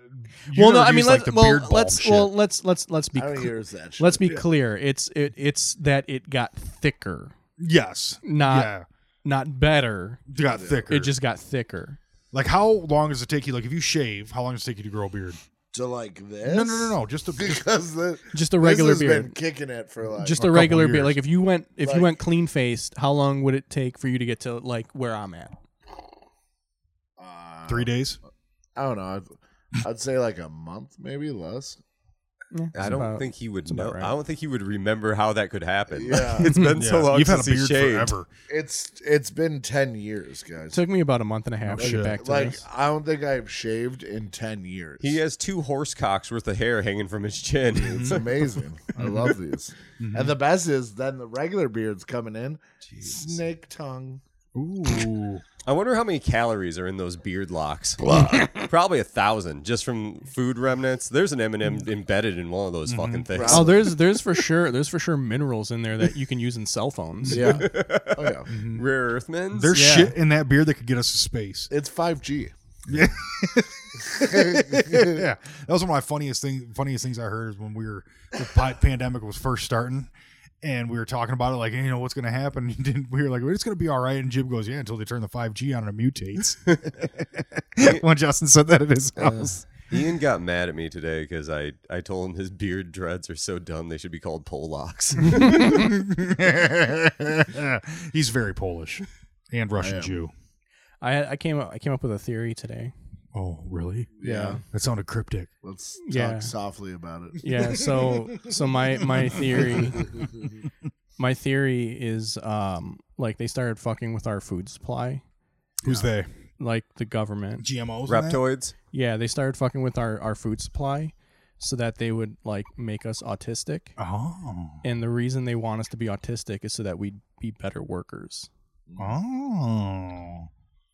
S5: you
S3: well, no,
S5: never
S3: I mean
S5: used,
S3: let's
S5: like, the
S3: well
S5: beard balm
S3: let's
S5: shit.
S3: well let's let's let's be
S2: I don't
S3: cl-
S2: use that shit.
S3: let's be clear. It's it it's that it got thicker,
S5: yes,
S3: not
S5: yeah,
S3: not better.
S5: it got thicker.
S3: uh, It just got thicker.
S5: like how long does it take you? Like if you shave, how long does it take you to grow a beard?
S2: to like this.
S5: No, no, no, no, just a just,
S2: [laughs] Because the
S3: Just a regular
S2: this has
S3: beard.
S2: been kicking it for like
S3: Just
S5: a
S3: a
S5: couple
S3: regular beard.
S5: years.
S3: Like if you went if
S2: Like-
S3: you went clean faced, how long would it take for you to get to like where I'm at?
S2: uh,
S5: three days.
S2: I don't know. I'd, I'd say like a month, maybe less.
S3: Yeah,
S4: I
S3: it's
S4: don't
S3: about-
S4: think he would
S3: it's about
S4: know.
S3: right.
S4: I don't think he would remember how that could happen.
S2: Yeah.
S4: [laughs] it's been so
S5: Yeah,
S4: long
S5: You've had a
S4: since he
S5: beard
S4: shaved.
S5: forever.
S2: It's it's been ten years, guys.
S3: It took me about a month and a half to
S5: shit.
S3: get back to
S2: like
S3: this.
S2: I don't think I've shaved in ten years.
S4: He has two horse cocks worth of hair hanging from his chin.
S2: It's amazing. I love these. And the best is then the regular beard's coming in. Snake tongue.
S5: Ooh.
S4: I wonder how many calories are in those beard locks. [laughs] Probably a thousand, just from food remnants. There's an M and m
S5: Mm.
S4: embedded in one of those
S5: Mm-hmm.
S4: fucking things.
S3: Oh, there's there's for sure there's for sure minerals in there that you can use in cell phones.
S2: Yeah. [laughs] oh yeah.
S4: Rare earth mins.
S5: There's
S3: Yeah.
S5: shit in that beer that could get us to
S4: [laughs]
S5: space.
S2: It's five G.
S5: yeah, that was one of my funniest thing, funniest things I heard is when we were the pi- pandemic was first starting, and we were talking about it like, hey, you know, what's going to happen? [laughs] And we were like, well, it's going to be all right. And Jim goes, yeah, until they turn the five G on and it
S4: [laughs]
S5: mutates. [laughs] when Justin said that at his house,
S4: Ian got mad at me today because I, I told him his beard dreads are so dumb they should be called pole
S5: [laughs]
S4: locks.
S5: he's very Polish and Russian Jew.
S3: I I came up I came up with a theory today.
S5: Oh, really?
S2: Yeah.
S5: That sounded cryptic.
S2: Let's talk
S3: Yeah.
S2: softly about it.
S3: Yeah, so so my my theory
S2: [laughs]
S3: my theory is um like they started fucking with our food supply,
S5: Who's they?
S3: like the government.
S5: GMOs. and that?
S4: Reptoids.
S3: Yeah, they started fucking with our our food supply so that they would like make us autistic.
S5: Oh,
S3: And the reason they want us to be autistic is so that we'd be better workers.
S5: oh.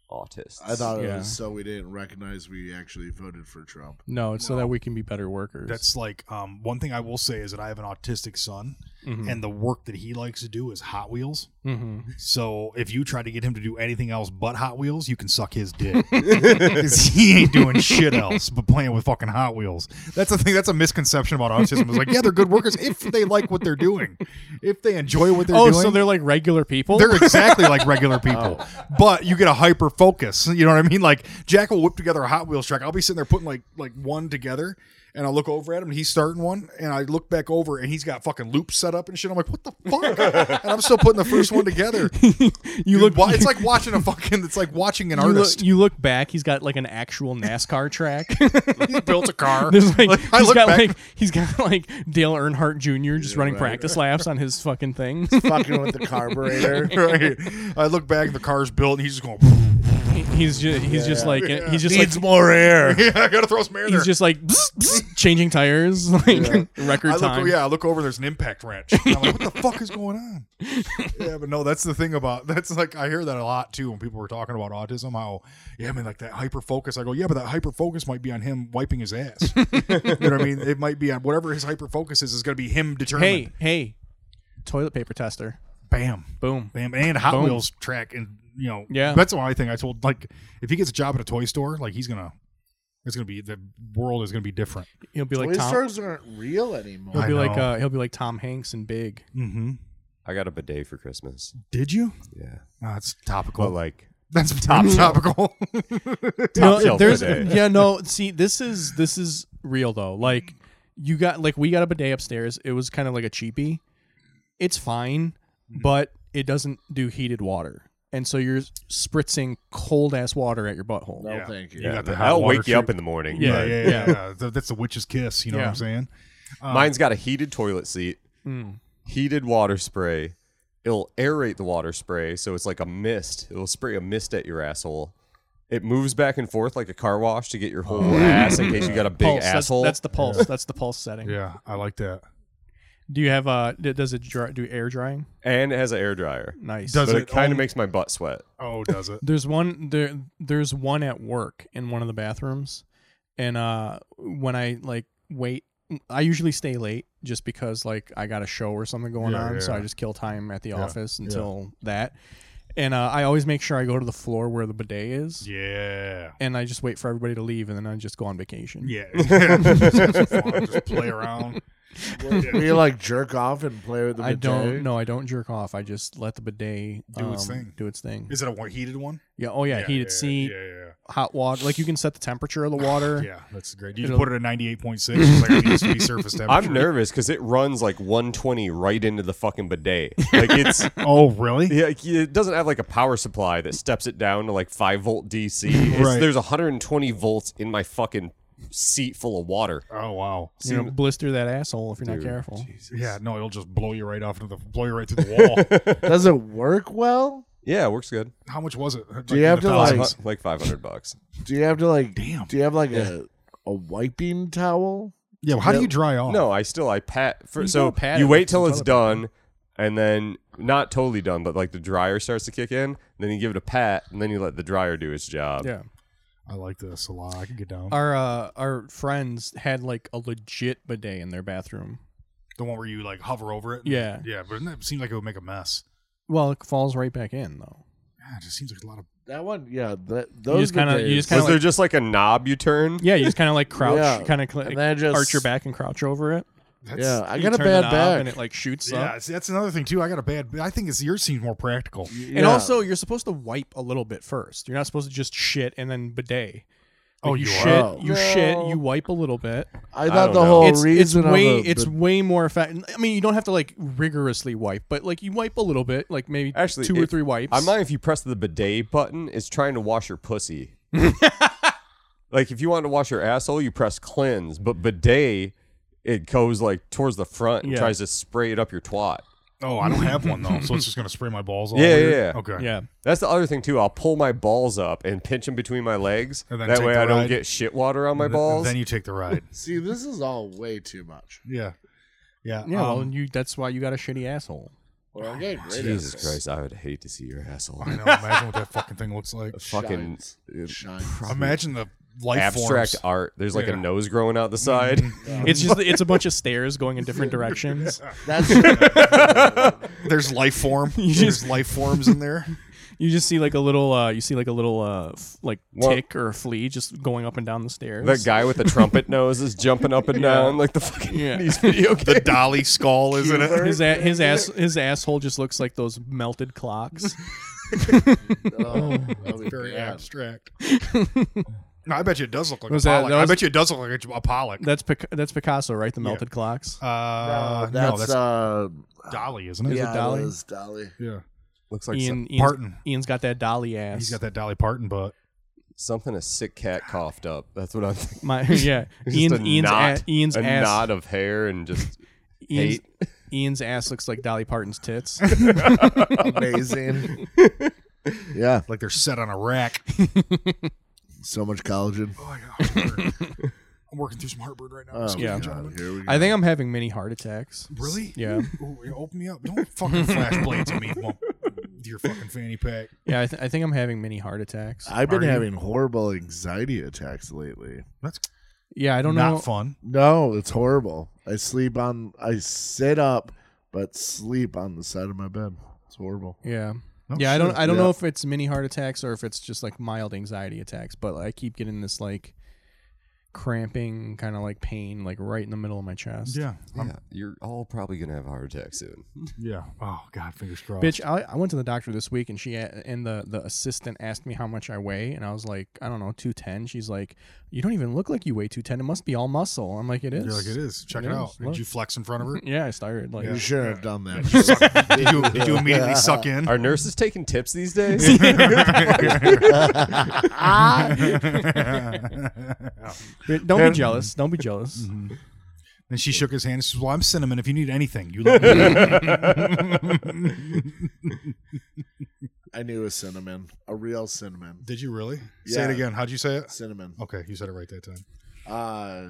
S4: Autists.
S2: I thought it
S3: Yeah.
S2: was so we didn't recognize we actually voted for Trump.
S3: No, it's so that we can be better workers.
S5: That's like um, one thing I will say is that I have an autistic son,
S3: Mhm.
S5: and the work that he likes to do is Hot Wheels.
S3: Mhm.
S5: So if you try to get him to do anything else but Hot Wheels, you can suck
S3: [laughs]
S5: his dick 'Cause he ain't doing shit else but playing with fucking Hot Wheels. That's the thing. That's a misconception about autism. Is like, yeah, they're good workers if they like what they're doing, if they enjoy what they're
S3: oh,
S5: doing.
S3: so they're like regular people. Oh.
S5: They're exactly
S3: [laughs]
S5: like regular people, but you get a hyper focus. You know what I mean? Like Jack will whip together a Hot Wheels track. I'll be sitting there putting like like one together, and I'll look over at him, and he's starting one, and I look back over, and he's got fucking loops set up and shit. I'm like, what the
S3: [laughs]
S5: fuck? and I'm still putting the first one together.
S3: you look. [laughs]
S5: Why- it's like watching a fucking. It's like watching an
S3: you look, [laughs]
S5: artist.
S3: you look back. He's got like an actual
S5: [laughs]
S3: NASCAR track. [laughs]
S5: he built a [laughs] car.
S3: There's like,
S5: I
S3: he's
S5: look
S3: got
S5: back-
S3: like he's got like Dale Earnhardt Jr. just running practice laps on his [laughs] fucking
S5: [laughs]
S3: thing.
S2: Fucking with the [laughs] carburetor.
S5: [laughs] right. I look back, the car's built, and he's just going. [laughs]
S3: he's just he's just like he's just like
S2: more air.
S5: Yeah, I gotta throw some air in there.
S3: he's just like changing tires [laughs] like record
S5: I look,
S3: time.
S5: yeah, I look over. There's an impact wrench. And I'm
S3: [laughs]
S5: like, what the fuck is going on? Yeah, but no, that's the thing about that's like I hear that a lot too when people were talking about autism. How yeah, I mean, like that hyper focus. I go, yeah, but that hyper focus might be on him wiping
S3: [laughs]
S5: his ass. you know what I mean? It might be on whatever his hyper focus is. Is going to be him determined.
S3: Hey, hey, toilet paper tester.
S5: bam,
S3: Boom.
S5: bam, and Hot
S3: Boom.
S5: Wheels track, and you know,
S3: Yeah.
S5: that's the only thing I told. Like, if he gets a job at a toy store, like he's gonna. It's gonna be the world is gonna be different.
S3: He'll be like
S2: Toy
S3: Tom.
S2: stores aren't real anymore.
S3: He'll
S5: I
S3: be like
S5: know.
S3: uh, he'll be like Tom Hanks and
S4: [laughs]
S3: Big.
S5: Mm-hmm.
S4: I got a bidet for Christmas.
S5: Did you?
S4: Yeah.
S5: Oh, that's topical.
S4: But like,
S5: [laughs] That's top topical.
S3: No,
S4: shelf
S3: there's
S4: bidet.
S3: yeah no. See, this is this is real though. Like you got like we got a bidet upstairs. It was kind of like a cheapie. It's fine,
S5: Mm-hmm.
S3: but it doesn't do heated water, and so you're spritzing cold ass water at your butthole.
S2: No,
S5: Yeah.
S2: thank you.
S5: You
S2: [laughs]
S5: got the hot
S4: that'll
S5: water
S4: wake you up
S5: treat-
S4: in the morning.
S5: Yeah,
S4: but-
S5: yeah, Um, yeah. yeah. Th- That's the witch's kiss. You know what
S3: Yeah.
S5: I'm saying?
S4: Mine's got a heated toilet seat,
S5: hmm.
S4: heated water spray. It'll aerate the water spray, so it's like a mist. It'll spray a mist at your asshole. It moves back and forth like a car wash to get your whole
S5: Oh.
S4: ass in case you got a big
S3: Pulse. that's-
S4: asshole.
S3: That's, the pulse. That's the pulse setting.
S5: Yeah, I like that.
S3: Do you have uh? d- Does it dry, do air drying?
S4: and it has an air dryer.
S3: Nice.
S5: Does
S4: But
S5: it
S4: it, kind
S5: only-
S4: of makes my butt sweat.
S5: Oh, does it?
S3: There's one there. There's one at work in one of the bathrooms, and uh, when I like wait, I usually stay late just because like I got a show or something going
S5: Yeah,
S3: on, so
S5: yeah.
S3: I just kill time at the office until that. And uh, I always make sure I go to the floor where the bidet is,
S5: [laughs] Yeah.
S3: and I just wait for everybody to leave, and then I just go on vacation.
S5: [laughs] Yeah. just, have some fun, just play around.
S2: Do you like jerk off and play with the
S3: I don't.
S2: bidet?
S3: No, I don't jerk off. I just let the bidet
S5: Do its
S3: um,
S5: thing.
S3: Do its thing.
S5: Is it a one heated one?
S3: Yeah. Oh yeah. heated seat,
S5: Yeah,
S3: hot water. Like you can set the temperature of the
S2: [sighs]
S5: yeah,
S3: water.
S5: yeah. That's great. You just
S3: It'll-
S5: put it at 98.6. It's like it needs to be surface temperature.
S4: I'm nervous because it runs like 120 right into the fucking bidet. Like it's
S5: Oh, really?
S4: Yeah, like, it doesn't have like a power supply that steps it down to like five volt DC. It's,
S5: Right.
S4: There's 120 volts in my fucking seat full of water.
S5: Oh, wow.
S3: You know, blister that asshole if you're not careful.
S5: Yeah, no, it'll just blow you right off into the blow you right through the wall.
S2: [laughs] Does it work well?
S4: Yeah, it works good.
S5: How much was it? Like
S2: you
S5: in
S2: have
S5: the
S2: to,
S5: thousands?
S2: Nice.
S4: Hu- Like 500 bucks.
S2: Do you have to like?
S5: Damn.
S2: Do you have like a a wiping towel?
S5: Yeah, well, how do you dry off?
S4: No, I still I pat for
S3: You
S4: so
S3: don't pat
S4: you
S3: it
S4: wait
S3: with
S4: till
S3: some
S4: it's
S3: toilet
S4: done. and then not totally done, but like the dryer starts to kick in. Then you give it a pat, and then you let the dryer do its job.
S3: Yeah.
S5: I like this a lot. I can get down.
S3: Our uh, our friends had like a legit bidet in their bathroom.
S5: the one where you like hover over it.
S3: Yeah.
S5: Yeah, but it seems like it would make a mess.
S3: Well, it falls right back in though.
S5: God, it just seems like a lot of.
S2: That one, yeah. That, those
S3: just kinda-
S2: are the
S3: you just
S2: days.
S4: Was
S3: Kinda
S4: there
S3: like-
S4: just like a knob you turn?
S3: Yeah, you just kind of like crouch,
S2: Yeah.
S3: kind of cl-
S2: and then just
S3: arch your back and crouch over it.
S5: That's,
S2: Yeah, I
S3: You
S2: got a
S3: turn the
S2: bad
S3: knob
S2: back.
S3: and it like shoots
S5: yeah.
S3: up.
S5: See, that's another thing too. I got a bad. I think it's yours seems more practical.
S3: And also, you're supposed to wipe a little bit first. You're not supposed to just shit and then bidet.
S5: Oh,
S3: you
S5: you
S3: shit,
S5: are.
S2: Oh.
S3: you shit,
S2: No.
S3: you wipe a little bit.
S2: I
S4: I
S2: thought
S4: don't
S2: the
S4: know.
S2: whole
S3: it's it's
S2: reason of
S3: way
S2: the-
S3: it's
S2: the-
S3: way more effective. I mean, you don't have to like rigorously wipe, but like you wipe a little bit, like maybe
S4: Actually,
S3: two or
S4: if-
S3: three wipes.
S4: I'm not if you press the bidet button, it's trying to wash your pussy.
S5: [laughs]
S4: like if you want to wash your asshole, you press cleanse, but bidet it goes like towards the front and
S3: Yeah.
S4: tries to spray it up your twat.
S5: Oh, I don't have one though, so it's
S4: [laughs]
S5: just gonna spray my balls. All
S4: Yeah,
S5: weird?
S4: yeah, yeah.
S5: Okay.
S3: Yeah,
S4: That's the other thing too. I'll pull my balls up and pinch them between my legs.
S5: And then
S4: That
S5: take
S4: way
S5: the
S4: I don't
S5: ride.
S4: get shit water on my
S5: And th-
S4: balls.
S5: Then you take the
S4: [laughs]
S5: ride.
S2: See, this is all way too much.
S5: yeah. Yeah.
S3: yeah. well, [laughs]
S5: um,
S3: and you that's why you got a shitty asshole.
S2: Well, I'm getting great
S4: Jesus
S2: at this.
S4: Christ, I would hate to see your asshole.
S5: I know. Imagine what that fucking thing looks like.
S4: Fucking
S2: Shines.
S4: uh,
S2: Shines.
S4: probably
S5: Imagine the life
S4: abstract
S5: forms.
S4: art. There's like
S5: Yeah. Mm-hmm.
S4: a nose growing out the side.
S3: [laughs]
S5: [laughs]
S4: [laughs]
S3: It's just it's a bunch of stairs going in different directions.
S2: [laughs] That's
S5: There's life
S4: [laughs]
S5: form. There's life forms in there.
S3: You just see like a little uh you see like a little uh f- like
S4: Well-
S3: tick or a flea just going up and down the stairs.
S4: That guy with the trumpet nose is jumping up and down like the fucking
S3: [laughs]
S4: [laughs]
S3: Yeah. [laughs]
S4: these video
S5: The
S4: games.
S5: dolly skull is in it.
S3: His a-
S4: [laughs]
S3: his ass his asshole just looks like those melted clocks.
S2: oh, that'll
S4: [laughs]
S2: be
S5: Very
S2: bad.
S5: abstract. No, I bet you it does look like
S3: Was
S5: a
S3: that-
S5: pollock.
S3: that was-
S5: I bet you it does look like a, a pollock.
S3: That's Pic- that's Picasso, right? The melted clocks.
S2: No,
S5: uh, no,
S2: that's,
S5: that's
S2: uh,
S5: dolly, isn't it?
S2: yeah,
S3: Dolly?
S2: It is [laughs] Dolly.
S5: Yeah.
S4: Looks like
S3: Ian, Ian's,
S5: Parton.
S3: Ian's got that dolly ass.
S5: He's got that Dolly Parton butt.
S4: something a sick cat coughed up. That's what I'm thinking.
S3: my yeah.
S4: [laughs] Just
S3: Ian's
S4: a
S3: Ian's
S4: knot,
S3: a- Ian's
S4: a
S3: ass
S4: knot of hair and [laughs] just
S3: Ian's,
S4: hate.
S3: Ian's ass looks like Dolly Parton's
S2: [laughs]
S3: tits.
S2: Amazing. yeah,
S5: Like they're set on a rack.
S2: so much collagen.
S5: Oh [laughs] my god. I'm working through some heartburn right now.
S2: Oh,
S5: Excuse
S3: Yeah.
S5: me,
S2: God,
S5: gentlemen.
S2: here we go.
S3: I think I'm having mini heart attacks.
S5: Really?
S3: Yeah.
S5: Ooh, you open me up. Don't fucking flash blades at me. Well, your fucking fanny pack.
S3: Yeah, I, th- I think I'm having mini heart attacks.
S2: I've been
S5: Are you-
S2: having horrible anxiety attacks lately.
S5: That's
S3: Yeah, I don't
S5: not
S3: know.
S5: fun.
S2: No, it's horrible. I sleep on, I sit up, but sleep on the side of my bed. It's horrible.
S3: Yeah.
S5: No
S3: yeah, I don't
S5: shit.
S3: I don't
S2: Yeah.
S3: know if it's mini heart attacks or if it's just like mild anxiety attacks, but I keep getting this like cramping kind of like pain like right in the middle of my chest.
S5: Yeah. I'm-
S4: Yeah, you're all probably gonna have a heart attack soon.
S5: yeah. Oh god, fingers crossed.
S3: Bitch, I, I went to the doctor this week and she a- and the, the assistant asked me how much I weigh and I was like, I don't know, 210. She's like, you don't even look like you weigh 210. It must be all muscle. I'm like, it is.
S5: You're like it is. Check
S3: It
S5: it,
S3: is.
S5: out.
S3: Look.
S5: Did you flex in
S3: [laughs]
S5: front of her?
S3: Yeah, I started like
S2: You shouldn't have done
S5: [laughs]
S2: that. [laughs]
S5: Did you, did you immediately suck in?
S4: [laughs] Are nurses taking tips these [laughs] days?
S5: [laughs]
S3: But Don't be jealous. Don't [laughs] be jealous.
S5: And she shook his hand and says, "Well, I'm cinnamon. If you need anything, you let me." know."
S2: [laughs] I knew a cinnamon, a real cinnamon.
S5: Did you really say
S2: Yeah.
S5: it again? How'd you say it?
S2: Cinnamon.
S5: Okay, you said it right that time. [laughs]
S2: Uh,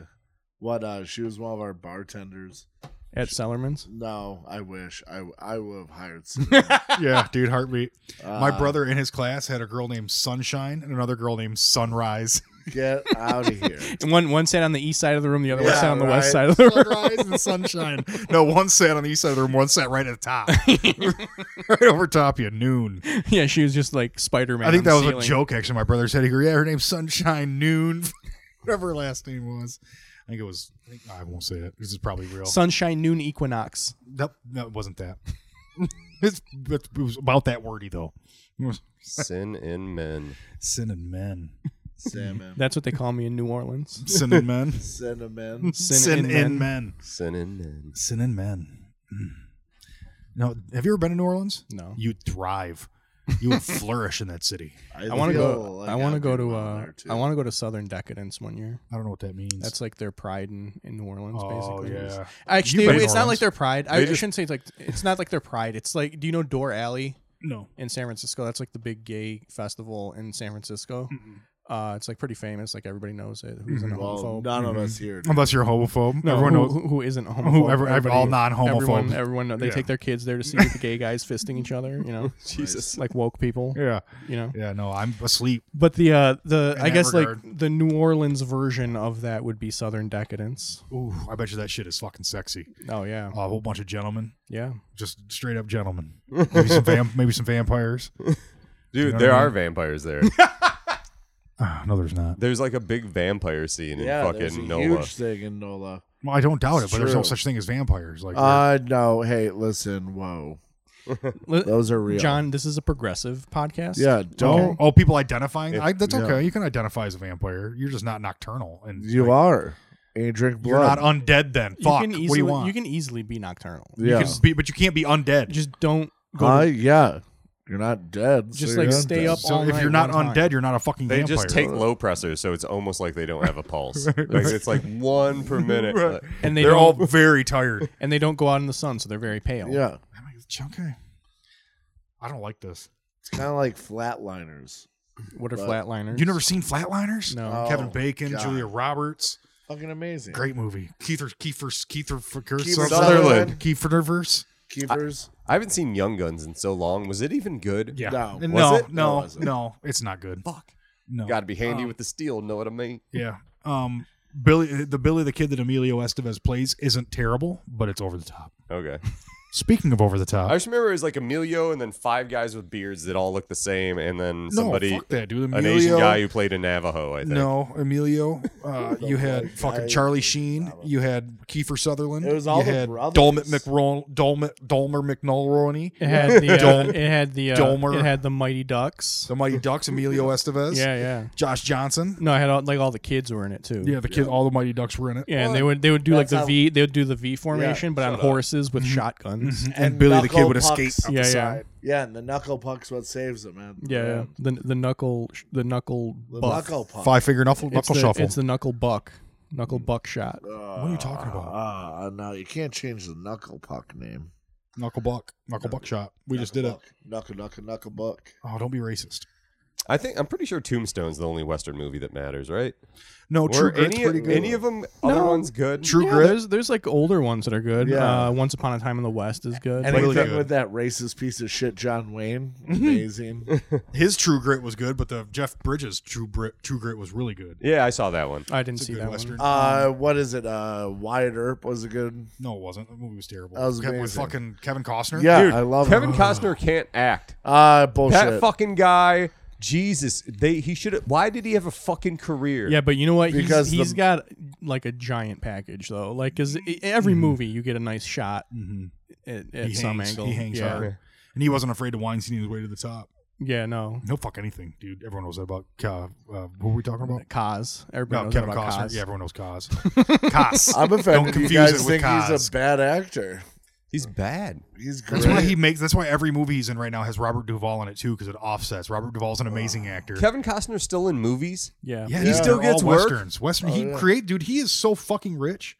S2: what? Uh, she was one of our bartenders.
S3: At Sellerman's.
S2: No, I wish I I would have
S5: [laughs]
S2: hired cinnamon.
S5: yeah, dude, heartbeat. My
S2: Uh,
S5: brother in his class had a girl named Sunshine and another girl
S2: [laughs]
S5: named Sunrise.
S2: Get out of
S4: [laughs]
S2: here.
S3: And one one sat on the east side of the room, the other one
S2: Yeah,
S3: sat on the west side
S2: right.
S3: of the room. [laughs]
S5: Sunrise and Sunshine. No, one sat on the east side of the room, one sat right at the
S2: [laughs]
S5: top, right over top of you. Noon.
S3: yeah, she was just like Spider Man.
S5: I think that was a joke. Actually, my brother said he goes, "Yeah, her name's Sunshine Noon, [laughs] whatever her last name was." I think it was. I, think, I won't say it. This is probably real.
S3: Sunshine Noon Equinox.
S5: Nope, no, it wasn't that. [laughs] it's, it was about that wordy though.
S4: Sin in men.
S5: Sin and men.
S2: Salmon.
S3: That's what they call me in New Orleans.
S5: Sin and [laughs] men.
S4: Hmm.
S2: Cinnamon.
S3: Sin, in men.
S5: men.
S4: Sin in men.
S5: Sin and men. No, have you ever been to New Orleans?
S3: No.
S5: You thrive. You would [laughs] flourish in that city.
S3: I want to
S2: feel
S3: go.
S2: like
S3: I want to
S2: I'd
S3: go
S2: do
S3: to.
S2: well
S3: Uh,
S2: there, too.
S3: I want to go to Southern Decadence one year.
S5: I don't know what that means.
S3: That's like their pride in, in New Orleans,
S5: oh
S3: basically.
S5: yeah.
S3: Actually,
S5: You've been
S3: it's
S5: to
S3: not
S5: Orleans.
S3: like their pride. I,
S4: They
S3: I
S4: just-
S3: shouldn't say it's like it's not like their pride. It's like, do you know Door Alley
S5: No.
S3: in San Francisco? That's like the big gay festival in San Francisco. Uh, it's like pretty famous. Like every everybody knows it. Who's an
S2: Well,
S3: homophobe?
S2: none of
S3: Hmm.
S2: us here. do.
S5: Unless you're a homophobe,
S3: Mm-hmm. No,
S5: everyone
S3: who,
S5: [laughs] knows.
S3: who- who isn't a homophobe.
S5: Whoever, every, all
S3: Everybody-
S5: non-homophobes.
S3: Everyone, everyone, know- they
S5: Yeah.
S3: take their kids there to see the gay guys fisting each other. You [laughs] know, Jesus, like woke people.
S5: yeah,
S3: You know,
S5: yeah. No, I'm asleep.
S3: but the uh, the I
S5: that
S3: guess like
S5: regard.
S3: the New Orleans version of that would be Southern Decadence.
S5: Ooh, I bet you that shit is fucking sexy.
S3: Oh yeah,
S5: A whole bunch of gentlemen,
S3: yeah.
S5: just straight up gentlemen. Maybe
S3: [laughs]
S5: some, vam- maybe some vampires. [sighs]
S4: Dude,
S5: know
S4: there
S5: what I
S4: are vampires [laughs] there.
S5: Ah, no, there's not.
S4: there's like a big vampire scene in
S2: Yeah, there's a
S4: fucking Nola.
S2: huge thing in Nola.
S5: Well, I don't doubt it,
S2: It's
S5: but there's no
S2: true.
S5: such thing as vampires. Like,
S2: Uh, no. Hey, listen. Whoa,
S3: Li-
S2: those are real.
S3: John, this is a progressive podcast.
S2: Yeah,
S5: oh,
S2: don't.
S5: oh, people identifying.
S4: If-
S5: I, that's
S2: yeah.
S5: okay. You can identify as a vampire. You're just not nocturnal, and
S2: You
S5: like,
S2: are. And you drink
S5: You're
S2: blood.
S5: not undead. Then
S3: You
S5: fuck.
S3: can easily,
S5: what do you want?
S3: can easily be nocturnal.
S5: You
S2: yeah.
S5: can be, but you can't be undead.
S3: Just don't go.
S2: Huh? yeah. You're not dead. so
S3: Just,
S2: you're
S3: like,
S2: not
S3: stay
S2: dead.
S3: up
S5: so
S3: all
S5: if
S3: night
S5: you're not
S3: one time.
S5: undead, you're not a fucking
S4: They
S5: vampire.
S4: just take low pressors, so it's almost like they don't have a [laughs] pulse. Like, It's like one [laughs] per minute.
S5: Right.
S3: and they
S5: They're
S3: [laughs]
S5: all
S3: don't,
S5: very tired.
S3: and they don't go out in the sun, so they're very pale.
S2: Yeah.
S5: I'm like, "It's okay. I don't like this.
S2: It's kind of like flatliners.
S3: What are
S2: But-
S3: flatliners?
S5: You never seen Flatliners?
S3: No.
S2: Oh,
S5: Kevin Bacon,
S2: God.
S5: Julia Roberts.
S2: Fucking amazing.
S5: Great movie. Kiefer Kiefer Kiefer
S2: Kiefer
S4: Sutherland.
S5: Kiefer verse.
S2: Keepers.
S4: I haven't seen Young Guns in so long. Was it even good?
S5: Yeah.
S2: No.
S5: No,
S4: Was it?
S2: No, it
S5: no,
S2: wasn't.
S5: no, It's not good.
S4: Fuck.
S5: No.
S4: Got to be handy
S5: Um,
S4: with the steel. Know what I mean?
S5: Yeah. Um Billy the Billy the Kid that Emilio Estevez plays isn't terrible, but it's over the top.
S4: Okay.
S5: Speaking of over the top.
S4: I just remember it was like Emilio and then five guys with beards that all look the same, and then
S5: no,
S4: somebody,
S5: fuck that, dude.
S4: an
S5: Emilio,
S4: Asian guy who played a Navajo. I think.
S5: No, Emilio. Uh, you had fucking Charlie Sheen. You had Kiefer Sutherland.
S2: It was all
S5: you
S2: the
S5: had
S2: brothers.
S5: Dolmet McRol- Dolmet Dolmer McNulroney.
S3: It had the uh,
S5: Dome-
S3: it had the uh,
S5: Domer.
S3: it had the Mighty Ducks.
S5: The Mighty Ducks, Emilio Estevez.
S3: Yeah, yeah.
S5: Josh Johnson.
S3: No, I had all, like all the kids were in it too.
S5: Yeah, the kid. All the Mighty Ducks were in it.
S3: Yeah, and they would they would do like
S2: That's
S3: the
S2: how-
S3: V they would do the V formation, but on horses
S5: Mm-hmm.
S3: with shotguns.
S5: And, Billy the Kid
S2: knuckle
S5: would
S2: pucks.
S5: escape up
S3: Yeah,
S5: the
S3: yeah.
S5: side.
S2: Yeah, and the knuckle puck's what saves them, man.
S3: Yeah, yeah. the the knuckle sh- the knuckle
S2: The
S3: buck.
S2: knuckle Mm. puck.
S5: Five finger knuckle,
S3: it's
S5: knuckle
S3: the,
S5: shuffle.
S3: It's the knuckle buck, knuckle buck shot.
S2: Uh,
S5: what are you talking about?
S2: Ah, no, you can't change the knuckle puck name.
S5: Knuckle buck. Knuckle buck shot. We just did it.
S2: Knuckle puck. Knuckle, knuckle, knuckle buck.
S5: Oh, don't be racist.
S4: I think I'm pretty sure Tombstone's the only Western movie that matters, right?
S5: No,
S4: Were
S5: Oh, True Grit's
S4: any,
S5: pretty good.
S4: any of them other ones good?
S5: True
S3: Yeah,
S5: Grit.
S3: There's there's like older ones that are good.
S2: Yeah.
S3: Uh, Once upon a time in the West is good.
S2: Anything
S5: Really good.
S2: with that racist piece of shit, John [laughs] Wayne. Amazing.
S5: His True Grit was good, but the Jeff Bridges True Grit, True Grit was really good.
S4: Yeah, I saw that one.
S3: I didn't
S5: It's a
S3: see
S5: good
S3: that
S5: Western.
S3: one.
S2: uh, what is it? Uh, Wyatt Earp was a good.
S5: No, it wasn't. That movie was terrible.
S2: That was
S5: Kevin, with
S2: amazing.
S5: fucking Kevin Costner.
S2: Yeah,
S4: Dude,
S2: I love
S4: Kevin
S2: him.
S4: Costner can't act.
S2: Uh,
S5: Oh,
S2: bullshit.
S4: That fucking guy, Jesus, they he should. Why did he have a fucking career?
S3: Yeah, but you know what?
S2: Because
S3: He's,
S2: the-
S3: he's got like a giant package though. Like, cause i- every movie you get a nice shot
S5: Mhm.
S3: at,
S5: he
S3: at
S5: hangs,
S3: some angle.
S5: He hangs
S3: yeah.
S5: hard, and he wasn't afraid to Weinstein his way to the top.
S3: Yeah, no.
S5: No fuck anything, dude. Everyone knows that about. Uh, uh, what were we talking about?
S3: Cause everybody
S5: No,
S3: knows
S5: Kevin
S3: about
S5: Costner.
S3: Cause.
S5: Yeah, everyone knows Cos. Cos.
S2: I'm offended.
S5: [laughs] Don't
S2: you
S5: confuse
S2: guys
S5: it with
S2: think he's
S5: Cos.
S2: a bad actor.
S4: he's bad.
S2: He's great.
S5: That's why he makes. That's why every movie he's in right now has Robert Duvall in it too, because it offsets. Robert Duvall's an amazing actor.
S4: Kevin Costner's still in movies.
S3: Yeah. Oh,
S5: yeah,
S4: He
S5: they're
S4: still
S5: all
S4: gets work?
S5: westerns. Western. he
S2: yeah.
S5: create, dude. He is so fucking rich.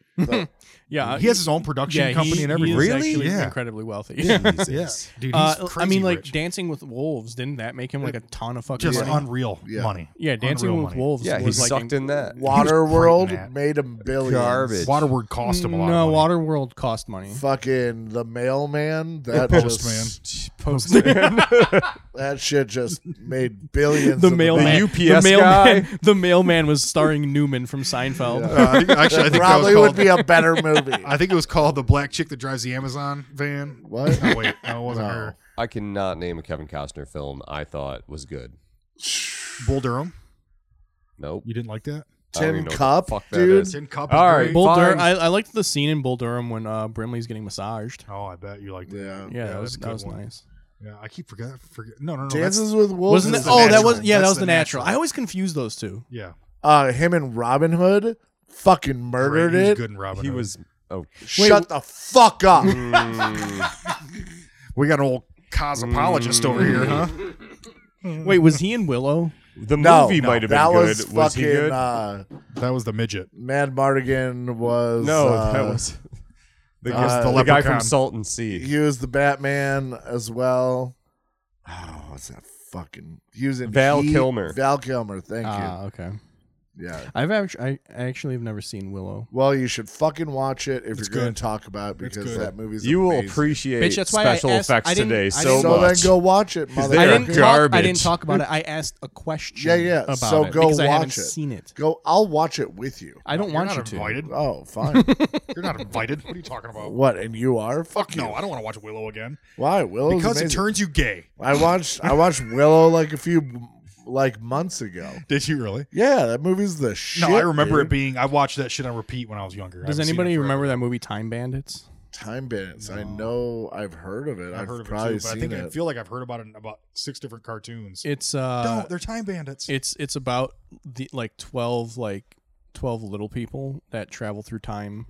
S3: Yeah,
S5: He has his own production
S3: Uh, yeah,
S5: company
S3: he,
S5: and
S3: he
S5: everything.
S3: is actually
S5: Yeah.
S3: incredibly wealthy.
S5: [laughs] Yeah,
S4: Jesus.
S5: dude. He's
S3: Uh, I
S5: crazy
S3: mean, like
S5: rich.
S3: Dancing with Wolves, didn't that make him like a ton of fucking
S5: just
S3: money?
S5: unreal
S2: Yeah.
S5: money.
S3: yeah, Dancing
S5: Unreal
S3: with
S5: money.
S3: Wolves
S4: Yeah, he
S3: was like
S4: sucked in that.
S5: He was great in
S2: Waterworld
S5: that.
S2: made him billions.
S4: Garbage.
S5: Waterward cost him a lot.
S3: No,
S5: of money.
S3: Waterworld cost
S5: [laughs]
S3: money. [laughs]
S2: Fucking the mailman. That
S5: Postman.
S2: just
S3: Post
S2: that shit just made billions.
S3: the
S2: in
S3: mailman,
S4: The UPS
S3: mailman,
S4: guy.
S3: the mailman was starring Newman from Seinfeld.
S5: Uh, I think- [laughs] actually, I
S2: It
S5: think that was
S2: probably
S5: called.
S2: would be a better movie.
S5: [laughs] I think it was called the black chick that drives the Amazon van.
S2: What?
S5: No, wait, no, it wasn't
S2: No.
S5: her.
S4: I cannot name a Kevin Costner film I thought was good.
S5: Bull Durham.
S4: Nope.
S5: You didn't like that?
S4: I
S2: Tin
S4: don't even know what the
S2: Cup,
S4: fuck that
S2: dude.
S4: is.
S5: Tin Cup.
S4: [laughs] All
S5: was
S4: right,
S5: great.
S3: Bull Durham.
S4: Fine.
S3: I, I liked the scene in Bull Durham when uh, Brimley's getting massaged.
S5: Oh, I bet you liked it.
S2: Yeah.
S3: Yeah,
S5: Oh, Yeah,
S3: that was
S5: that's a
S3: that
S5: good
S3: was
S5: one.
S3: nice.
S5: Yeah, I keep forgetting. Forget. No, no, no. that's-
S2: Dances with Wolves.
S3: Wasn't
S5: That's
S3: it?
S5: the
S3: Oh, that
S5: natural.
S3: was yeah, that
S5: That's
S3: was
S5: the
S3: the natural.
S5: natural.
S3: I always confuse those two.
S5: yeah.
S2: uh, him and Robin Hood fucking murdered
S5: Great. He's
S2: it.
S5: good in Robin
S4: He
S5: Hood.
S4: was. Oh,
S2: Shut the fuck up.
S5: We got an old cosmopolitist over here,
S3: Mm.
S5: huh? Mm-hmm.
S3: Wait, was he in Willow?
S4: the
S2: No,
S4: movie
S2: no,
S4: might have been
S2: that
S4: good.
S2: was fucking
S4: he good?
S2: Uh,
S5: That was the midget.
S2: Mad Mardigan was
S4: no,
S2: uh,
S4: that was the,
S2: uh,
S4: the
S5: the
S4: guy from
S5: leprechaun.
S4: Salt and Sea.
S2: he was the Batman as well. Oh, what's that fucking. He was in
S4: Val
S2: Heat.
S4: Kilmer.
S2: Val Kilmer. Thank
S3: Ah, okay.
S2: you. Yeah.
S3: I've actually, I I actually have never seen Willow.
S2: Well, you should fucking watch it if
S5: It's
S2: you're going
S5: good.
S2: to talk about it
S5: It's
S2: because
S5: good.
S2: that movie's
S4: You will
S2: amazing.
S4: appreciate
S3: Bitch, that's why I
S4: special
S3: asked-
S4: effects
S3: I didn't-
S4: today
S3: I
S4: so
S3: didn't-
S2: So
S4: much.
S2: then go watch it,
S4: They
S3: I
S4: are
S3: didn't
S2: motherfucker.
S3: talk. I didn't
S4: garbage.
S3: talk about it.
S5: [laughs]
S3: I asked a question.
S2: Yeah, yeah.
S3: About
S2: So
S3: it
S2: go
S3: because I haven't
S2: watch it.
S3: seen it.
S2: Go. I'll watch it with you.
S3: I don't
S5: You're
S3: want
S5: not
S3: you to.
S5: invited.
S2: Oh, fine.
S5: [laughs] You're not invited. What are you talking about?
S2: what? And you are?
S5: Fuck no, I don't want to watch Willow again
S2: Why? Willow's
S5: because it
S2: amazing.
S5: turns you gay.
S2: I watched. I watched Willow like a few like months ago.
S5: Did you really?
S2: Yeah, that movie's the shit.
S5: No, I remember
S2: dude.
S5: it being. I watched that shit on repeat when I was younger. I
S3: Does
S5: haven't seen it
S3: anybody
S5: forever.
S3: remember that movie Time Bandits?
S2: Time Bandits. I know. I've heard of it.
S5: I've
S2: I've,
S5: heard of it
S2: probably
S5: too, but I
S2: seen
S5: think
S2: it.
S5: I feel like I've heard about it in about six different cartoons.
S3: It's uh,
S5: no, they're time bandits.
S3: it's it's about the like 12 like 12 little people that travel
S2: [laughs]
S3: through time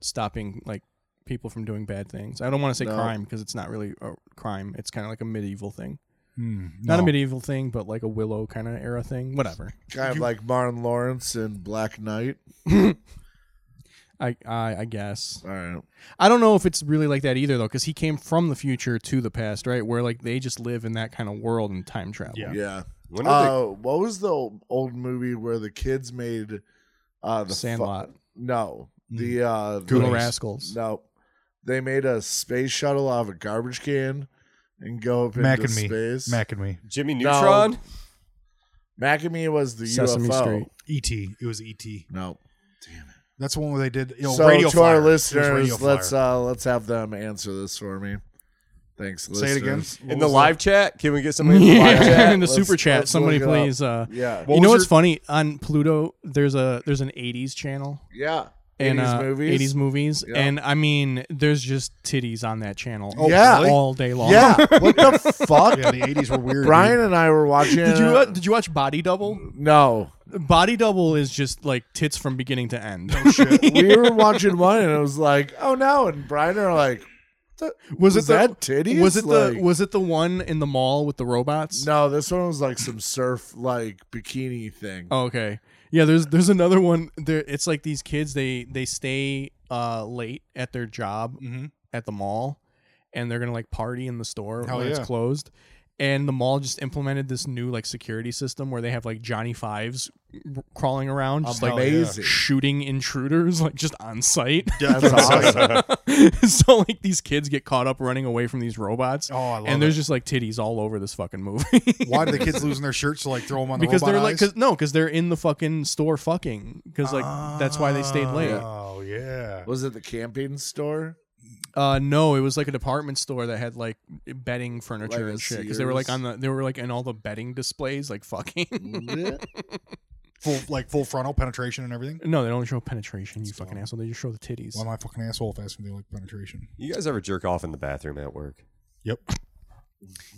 S3: stopping like people from doing bad things i don't want to say
S2: No.
S3: crime because it's not really a crime it's kind of like a medieval thing
S5: Hmm,
S3: not a
S5: no.
S3: medieval thing but like a willow kind of era thing whatever
S2: kind of
S5: you-
S2: like Martin Lawrence and Black Knight.
S3: I, I i guess
S2: All right.
S3: i don't know if it's really like that either though because he came from the future to the past right where like they just live in that kind of world and time travel
S5: Yeah.
S2: Yeah.
S4: When are they-
S2: Uh, what was the old, old movie where the kids made uh, the fu-
S3: sandlot
S2: no,
S5: Hmm.
S2: the uh,
S3: Little
S2: the-
S3: rascals
S2: No, they made a space shuttle out of a garbage can and go up
S5: Mac
S2: into
S5: and me.
S2: space.
S5: Mac and me.
S4: Jimmy
S2: No.
S4: Neutron?
S2: Mac and me was the
S3: Sesame
S2: UFO.
S3: Street.
S5: E.T. E It was E.T.
S2: No.
S5: That's the one where they did. You know,
S2: so
S5: radio
S2: to our
S5: Flyer. It was Radio
S2: listeners, let's
S5: Flyer.
S2: uh, let's have them answer this for me. Thanks.
S5: say it again.
S2: uh, listeners.
S4: In the live chat? Can we get somebody
S3: [laughs]
S4: in the live chat?
S3: in the
S2: let's-
S3: super chat
S2: let's
S3: somebody
S2: look it up.
S3: please uh
S2: Yeah.
S5: What
S3: you know
S5: was
S3: what's
S5: your-
S3: funny on Pluto? There's a there's an '80s channel
S2: Yeah.
S3: and
S2: 80s
S3: uh,
S2: movies.
S3: 80s movies,
S2: Yeah.
S3: and I mean, there's just titties on that channel.
S2: Oh, Yeah. really?
S3: all day long.
S2: Yeah. What the fuck?
S5: Yeah, the eighties were weird.
S2: Brian and I were watching.
S3: [laughs] Did
S2: it.
S3: you uh, did you watch Body Double?
S2: no,
S3: Body Double is just like tits from beginning to end.
S2: Oh,
S5: dude. Shit.
S2: we were watching one, and it was like, oh no, and Brian are
S5: [laughs]
S2: like,
S3: [laughs]
S2: was
S3: Was, it the,
S2: that titties?
S3: Was it the
S2: Like-
S3: was it the one in the mall with the robots?
S2: no, this one was like some surf like bikini thing.
S3: Oh, okay. Yeah, there's there's another one. There, it's like these kids they they stay uh late at their job
S5: Mhm.
S3: at the mall, and they're gonna like party in the store
S5: Hell
S3: when it's
S5: yeah.
S3: closed. And the mall just implemented this new like security system where they have like Johnny Fives crawling around, just like
S2: Amazing.
S3: shooting intruders [laughs] like just on
S5: [laughs]
S3: site.
S2: That's awesome.
S3: [laughs] so like these kids get caught up running away from these robots,
S5: Oh, I love
S3: and
S5: it.
S3: there's just like titties all over this fucking movie.
S5: Why do the kids losing their shirts to like throw them on the
S3: because
S5: robot
S3: they're like
S5: eyes?
S3: cause, no because they're in the fucking store fucking because like that's why they stayed late
S5: Oh yeah.
S2: Was it the camping store?
S3: uh no it was like a department store that had like bedding furniture
S2: Like a
S3: and shit because they were like
S2: Sears?
S3: on the they were like in all the bedding displays like fucking [laughs]
S5: Full like full frontal penetration and everything.
S3: no they don't show penetration you fucking asshole they just show the titties
S5: Why am I a fucking asshole if I ask something like penetration?
S3: [laughs]
S4: You guys ever jerk off in the bathroom at work?
S5: Yep.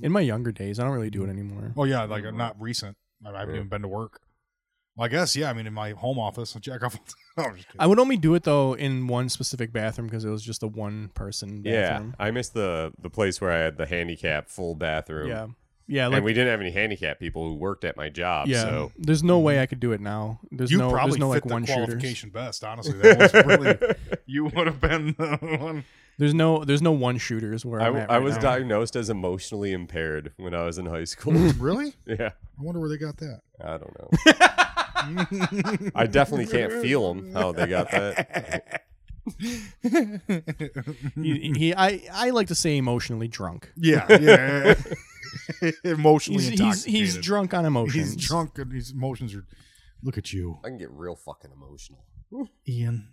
S3: in my younger days i don't really do it anymore
S5: Oh yeah, like uh, not recent. I I haven't
S4: Yeah.
S5: even been to work. Well, I guess yeah. I mean, in my home office, I jack off. [laughs] No, I'm just kidding.
S3: i would only do it though in one specific bathroom because it was just a one person
S4: Yeah.
S3: bathroom
S4: I missed the the place where I had the handicap full bathroom.
S3: yeah yeah like
S4: and we didn't have any handicap people who worked at my job.
S3: yeah
S4: So
S3: there's no way i could do it now there's
S5: you
S3: no
S5: probably
S3: there's no like
S5: fit the
S3: one shooters.
S5: qualification best,
S3: [laughs]
S5: honestly. That was really, you would have been the one.
S3: There's no there's no one shooters where
S4: I,
S3: I, am
S4: w-
S3: at
S4: I
S3: right
S4: was
S3: now.
S4: diagnosed as emotionally impaired when I was in high
S3: [laughs]
S4: school. [laughs]
S5: Really?
S4: yeah.
S5: I wonder where they got that.
S4: I don't know.
S2: [laughs]
S4: I definitely can't feel them how they got that.
S3: he, he I, I like to say emotionally drunk.
S5: [laughs] Yeah, yeah. [laughs] Emotionally
S3: He's he's,
S5: intoxicated.
S3: he's drunk on emotions.
S5: He's drunk and his emotions are. Look at you,
S4: I can get real fucking emotional.
S5: Ian.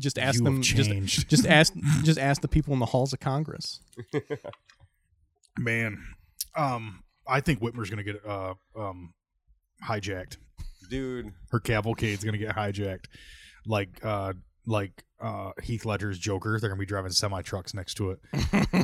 S3: Just ask
S5: you
S3: them
S5: have
S3: just
S5: changed.
S3: just ask just ask the people in the halls of Congress.
S5: Man, um, I think Whitmer's gonna get uh um hijacked.
S4: Dude,
S5: Her cavalcade's gonna get hijacked, like uh like uh Heath Ledger's Joker. They're gonna be driving semi trucks next to it.
S3: It's gonna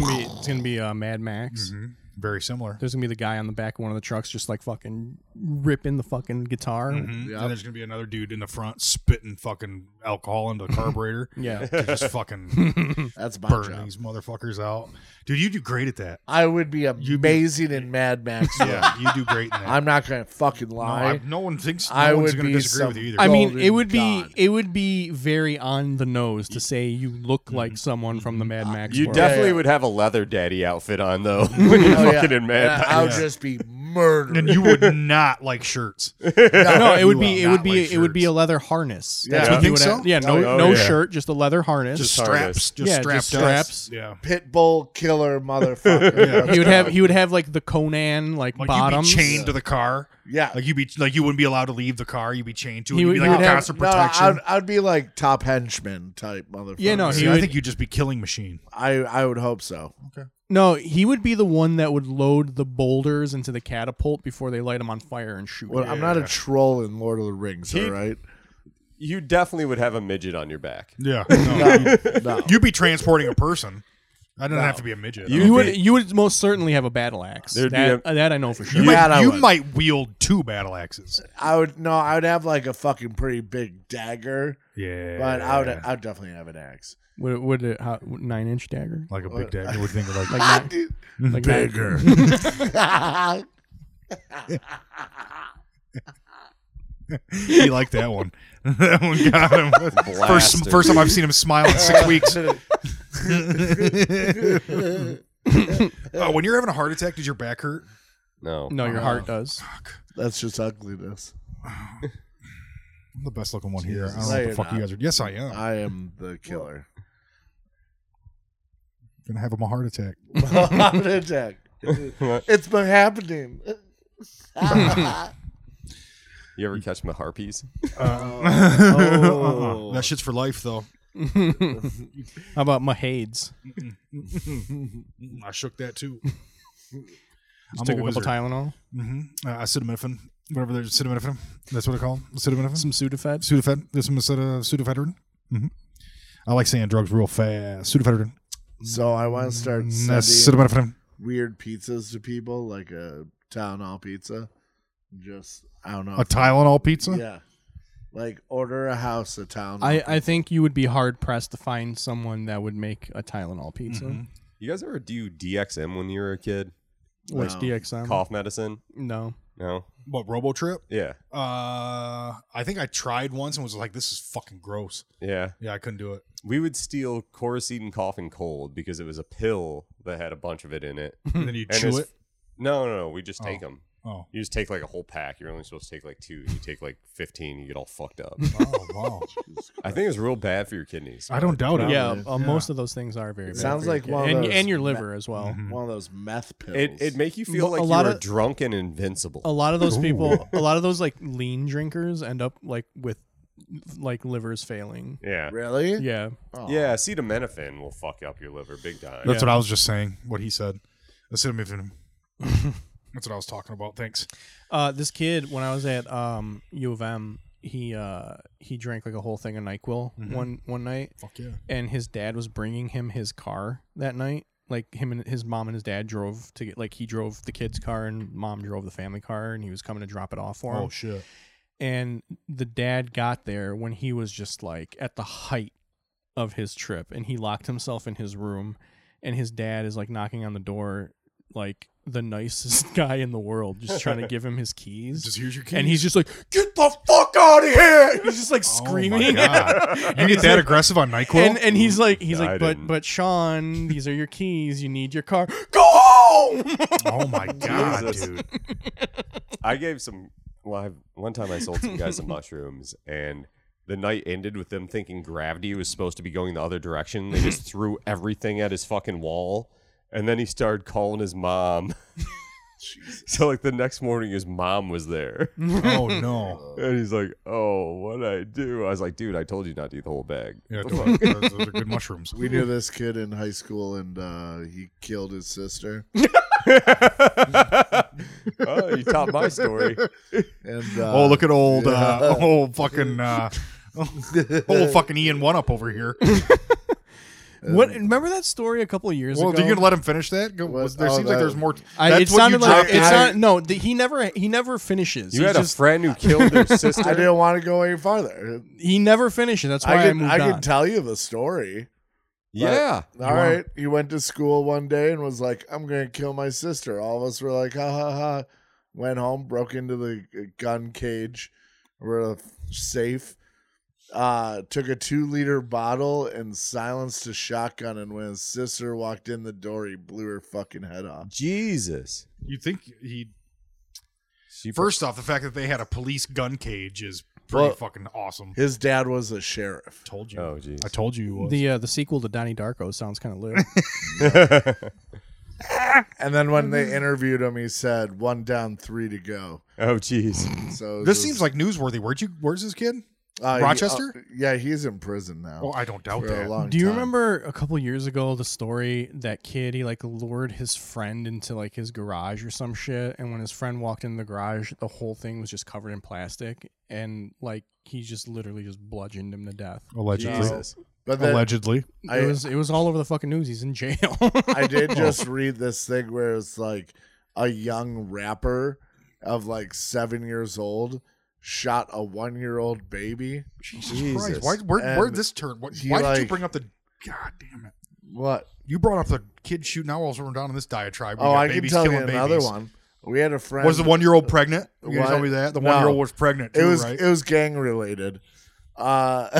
S5: [laughs]
S3: be it's gonna be uh, Mad Max.
S5: Mhm. Very similar.
S3: There's gonna be the guy on the back of one of the trucks just like fucking ripping the fucking guitar.
S5: Mhm.
S2: Yep.
S5: And there's gonna be another dude in the front spitting fucking alcohol into the carburetor.
S3: Yeah.
S5: to just fucking
S2: That's my
S5: burn
S2: job.
S5: these motherfuckers out. Dude, you do great at that.
S2: I would be amazing in Mad Max.
S5: [laughs] Yeah, you do great in
S2: [laughs]
S5: that.
S2: I'm not gonna fucking
S5: no,
S2: lie.
S5: I, no one thinks no
S2: I
S5: one's
S2: would
S5: going to
S2: be
S5: disagree with
S2: some-
S5: you
S3: [laughs]
S5: either.
S3: I mean,
S2: Golden
S3: it would be
S2: God.
S3: it would be very on the nose to say you look like someone from the Mad Max.
S4: you
S3: world.
S4: definitely
S2: yeah.
S4: would have a leather daddy outfit on though.
S2: [laughs] Oh, yeah.
S4: fucking in
S2: And
S4: mad.
S2: I would
S5: Yeah.
S2: just be
S5: and
S2: murdered.
S5: you would not like shirts.
S3: no, it would
S5: you
S3: be it
S5: will
S3: would
S5: not
S3: be
S5: like
S3: it would be
S5: shirts.
S3: a leather harness.
S2: [laughs] Yeah.
S3: That's
S2: You
S3: what
S5: think
S3: would
S5: so?
S3: have- Yeah, no
S4: Oh,
S3: no
S4: yeah.
S3: shirt, just a leather harness.
S5: Just
S4: hard
S5: straps.
S4: as-
S5: Just
S3: yeah,
S5: strapped
S3: just
S5: up.
S3: straps.
S5: Yeah.
S2: Pitbull killer motherfucker.
S3: [laughs] He would have he would have like the Conan like,
S5: Like
S3: bottoms.
S5: you'd be chained to the car.
S2: Yeah.
S5: Like you'd be like you wouldn't be allowed to leave the car. You'd be chained to it.
S3: He
S5: You'd
S3: would-
S5: be
S3: he
S5: like a
S3: would have-
S5: constant
S2: No,
S5: protection.
S2: I'd, I'd be like top henchman type motherfucker.
S3: Yeah, no,
S5: See,
S3: he
S5: I
S3: would-
S5: think you'd just be killing machine.
S2: I I would hope so.
S3: no, he would be the one that would load the boulders into the catapult before they light him on fire and shoot.
S2: Well,
S3: him.
S2: I'm not a troll in Lord of the Rings,
S4: He-
S2: all right?
S4: You definitely would have a midget on your back.
S2: [laughs]
S5: [laughs] Yeah.
S2: No.
S5: you'd be transporting a person. I don't have to be a midget.
S4: You-
S3: You would
S4: be-
S3: you would most certainly have a battle axe.
S4: There'd
S3: That,
S4: be a-
S3: uh, that I know for sure.
S5: You,
S2: That I
S5: you
S2: would.
S5: might wield two battle axes.
S2: I would no, I would have like a fucking pretty big dagger,
S5: Yeah.
S2: but I would I would definitely have an axe.
S3: Would would it, how, nine inch dagger?
S5: like a big dagger would think of like,
S3: Like nine,
S2: Dude.
S5: [laughs]
S3: like nine-
S5: he liked that one. [laughs] that one got him.
S3: [laughs]
S5: First,
S4: Blasted.
S5: first time I've seen him smile in six weeks. oh, when you're having a heart attack, does your back hurt? [sighs]
S4: No.
S3: No, your heart does. [laughs]
S2: That's just ugliness.
S5: I'm the best looking one here. I don't
S2: Jesus. No,
S5: know what the
S2: you're
S5: fuck you
S2: not.
S5: guys are. Yes, I am. I'm
S2: I am
S3: [laughs]
S2: the killer. [laughs]
S5: gonna have him a
S2: [laughs]
S5: heart attack.
S2: Heart attack. It's been happening.
S4: You ever catch my harpies?
S3: Uh,
S2: Oh.
S5: That shit's for life, though.
S3: How about Mahades?
S5: I shook
S2: [laughs]
S5: that too.
S3: Just took a, couple Tylenol,
S5: hmm Uh, acetaminophen, whatever they're acetaminophen. That's what I call 'em. acetaminophen.
S3: some Sudafed.
S5: Sudafed. There's some aceta, Sudafedrin. hmm I like saying drugs real fast. Sudafedrin.
S2: [laughs] so I want to start
S5: That's
S2: sending
S5: acetaminophen.
S2: weird pizzas to people, like a town hall pizza. Just I don't know.
S5: A Tylenol pizza.
S2: yeah, like order a house a town.
S3: I, I think you would be hard pressed to find someone that would make a Tylenol pizza.
S4: You guys ever do DXM when you were a kid?
S3: What's
S2: No.
S3: DXM?
S4: Cough medicine?
S3: No.
S4: No.
S5: What RoboTrip?
S4: Yeah.
S5: Uh, I think I tried once and was like, "This is fucking gross."
S4: Yeah.
S5: Yeah, I couldn't do it.
S4: We would steal Coracine cough and cold because it was a pill that had a bunch of it in it.
S5: And then you
S4: And
S5: chew
S4: it's-
S5: it.
S4: No, no, no. We just take
S5: Oh.
S4: them.
S5: Oh,
S4: You just take like a whole pack. You're only supposed to take like two. You take like 15, you get all
S5: [laughs]
S4: fucked up.
S5: oh
S3: [laughs]
S5: wow!
S4: I think it's real bad for your kidneys.
S5: I don't doubt it.
S3: Yeah,
S2: Probably.
S3: uh, most of those things are very. bad
S2: sounds
S3: for your
S2: like
S3: kid.
S2: one of
S3: and,
S2: those Mm-hmm.
S3: and your
S2: me-
S3: liver as well.
S2: one of those meth pills.
S4: It it make you feel
S3: Well,
S4: like
S3: a
S4: you
S3: lot
S4: were
S3: of-
S4: drunk and invincible.
S3: A lot of those people, a lot of those like lean drinkers, end up like with like livers failing.
S4: yeah.
S2: really?
S3: Yeah.
S2: Oh.
S4: Yeah, acetaminophen will fuck up your liver big time.
S5: That's what I was just saying. What he said.
S3: [laughs]
S5: Acetaminophen. That's what I was talking about. Thanks.
S3: Uh, this kid, when I was at um, U of M, he uh, he drank like a whole thing of Nyquil
S2: Mm-hmm.
S3: one one night,
S5: Fuck yeah.
S3: and his dad was bringing him his car that night. Like him and his mom and his dad drove to get like he drove the kid's car and mom drove the family car, and he was coming to drop it off for him.
S5: Oh shit.
S3: and the dad got there when he was just like at the height of his trip and he locked himself in his room and his dad is like knocking on the door like the nicest [laughs] guy in the world just trying to give him his keys
S5: Just here's your key. [laughs]
S3: and he's just like get the fuck out of here [laughs] he's just like
S5: Oh, my
S3: screaming [laughs]
S5: God. You get that aggressive on Nyquil?
S3: and and he's like he's
S4: I
S3: like but
S4: didn't.
S3: but Sean these are your keys you need your
S5: [laughs]
S3: car go home [laughs]
S5: oh my god,
S4: Jesus.
S5: dude.
S4: I gave some. Well, I, one time I sold some guys some mushrooms, and the night ended with them thinking gravity was supposed to be going the other direction. They just threw everything at his fucking wall, and then he started calling his mom. [laughs] so, like the next morning, his mom was there,
S5: Oh
S3: [laughs]
S5: no.
S4: and he's like, "Oh, what I do?" I was like, "Dude, I told you not to eat the whole bag."
S5: Yeah, totally. those, those are good mushrooms.
S2: We knew this kid in high school, and uh, he killed his sister.
S4: oh, you topped my story.
S2: And uh,
S5: Oh, look at old, uh, [laughs] old
S2: [laughs]
S5: fucking, uh, old fucking Ian One Up over here.
S3: what remember that story a couple of years
S5: Uh, Well,
S3: ago
S5: do you gonna let him finish that? Go,
S2: What?
S5: there
S2: Oh,
S5: seems like
S2: that-
S5: there's more.
S3: I,
S5: That's
S3: it
S5: what you
S3: sounded like
S5: dropped
S3: it's
S5: out.
S3: not no th- he never he never finishes
S4: You
S3: He
S4: had
S3: just,
S4: a friend who killed their sister.
S2: I didn't want to go any farther.
S3: He never finishes. That's why
S2: I
S3: I,
S2: can
S3: moved
S2: I
S3: on.
S2: can tell you the story.
S4: Yeah.
S2: All right, he went to school one day and was like, "I'm gonna kill my sister." All of us were like, "Ha ha ha!" Went home, broke into the uh, gun cage, we're uh, safe, uh, took a two liter bottle and silenced a shotgun. And when his sister walked in the door, he blew her fucking head off.
S4: Jesus.
S5: You think he?
S4: She
S5: First off, the fact that they had a police gun cage is pretty
S2: Well-
S5: fucking awesome.
S2: His dad was a sheriff.
S5: told you.
S4: Oh, jeez.
S5: I
S4: [laughs]
S5: told you. You was.
S3: The uh, the sequel to Donnie Darko sounds kind of [laughs] lit.
S2: And then when they interviewed him, he said, one down, three to go.
S4: oh, jeez.
S2: So
S5: this seems like newsworthy. Where'd you? Where's this kid?
S2: uh, he-
S5: Rochester?
S2: uh, yeah, he's in prison now.
S5: Oh, I don't doubt
S2: for a
S5: that.
S2: long
S3: Do you
S2: time.
S3: remember a couple years ago the story that kid he like lured his friend into like his garage or some shit, and when his friend walked in the garage, the whole thing was just covered in plastic, and like he just literally just bludgeoned him to death.
S2: [laughs]
S5: Allegedly.
S4: Jesus.
S2: But then
S5: Allegedly.
S2: I-
S3: it was it was all over the fucking news. He's in jail. [laughs]
S2: I did just read this thing where it's like a young rapper of like seven years old shot a one year old baby.
S5: Jesus,
S4: Jesus.
S5: Christ! Why, where,
S2: And
S5: where'd this turn? What,
S2: he,
S5: why did you
S2: like-
S5: bring up the? God damn it!
S2: What?
S5: You brought up the kid shooting. Now all of a sudden we're down in this diatribe. We
S2: oh,
S5: got
S2: I can
S5: babies
S2: tell you
S5: killing
S2: another
S5: babies.
S2: one. We had a friend.
S5: Was the one year old pregnant? You
S2: What?
S5: guys tell me that the
S2: No.
S5: one year old was pregnant.
S2: It
S5: too,
S2: was
S5: right?
S2: it was gang related. Uh,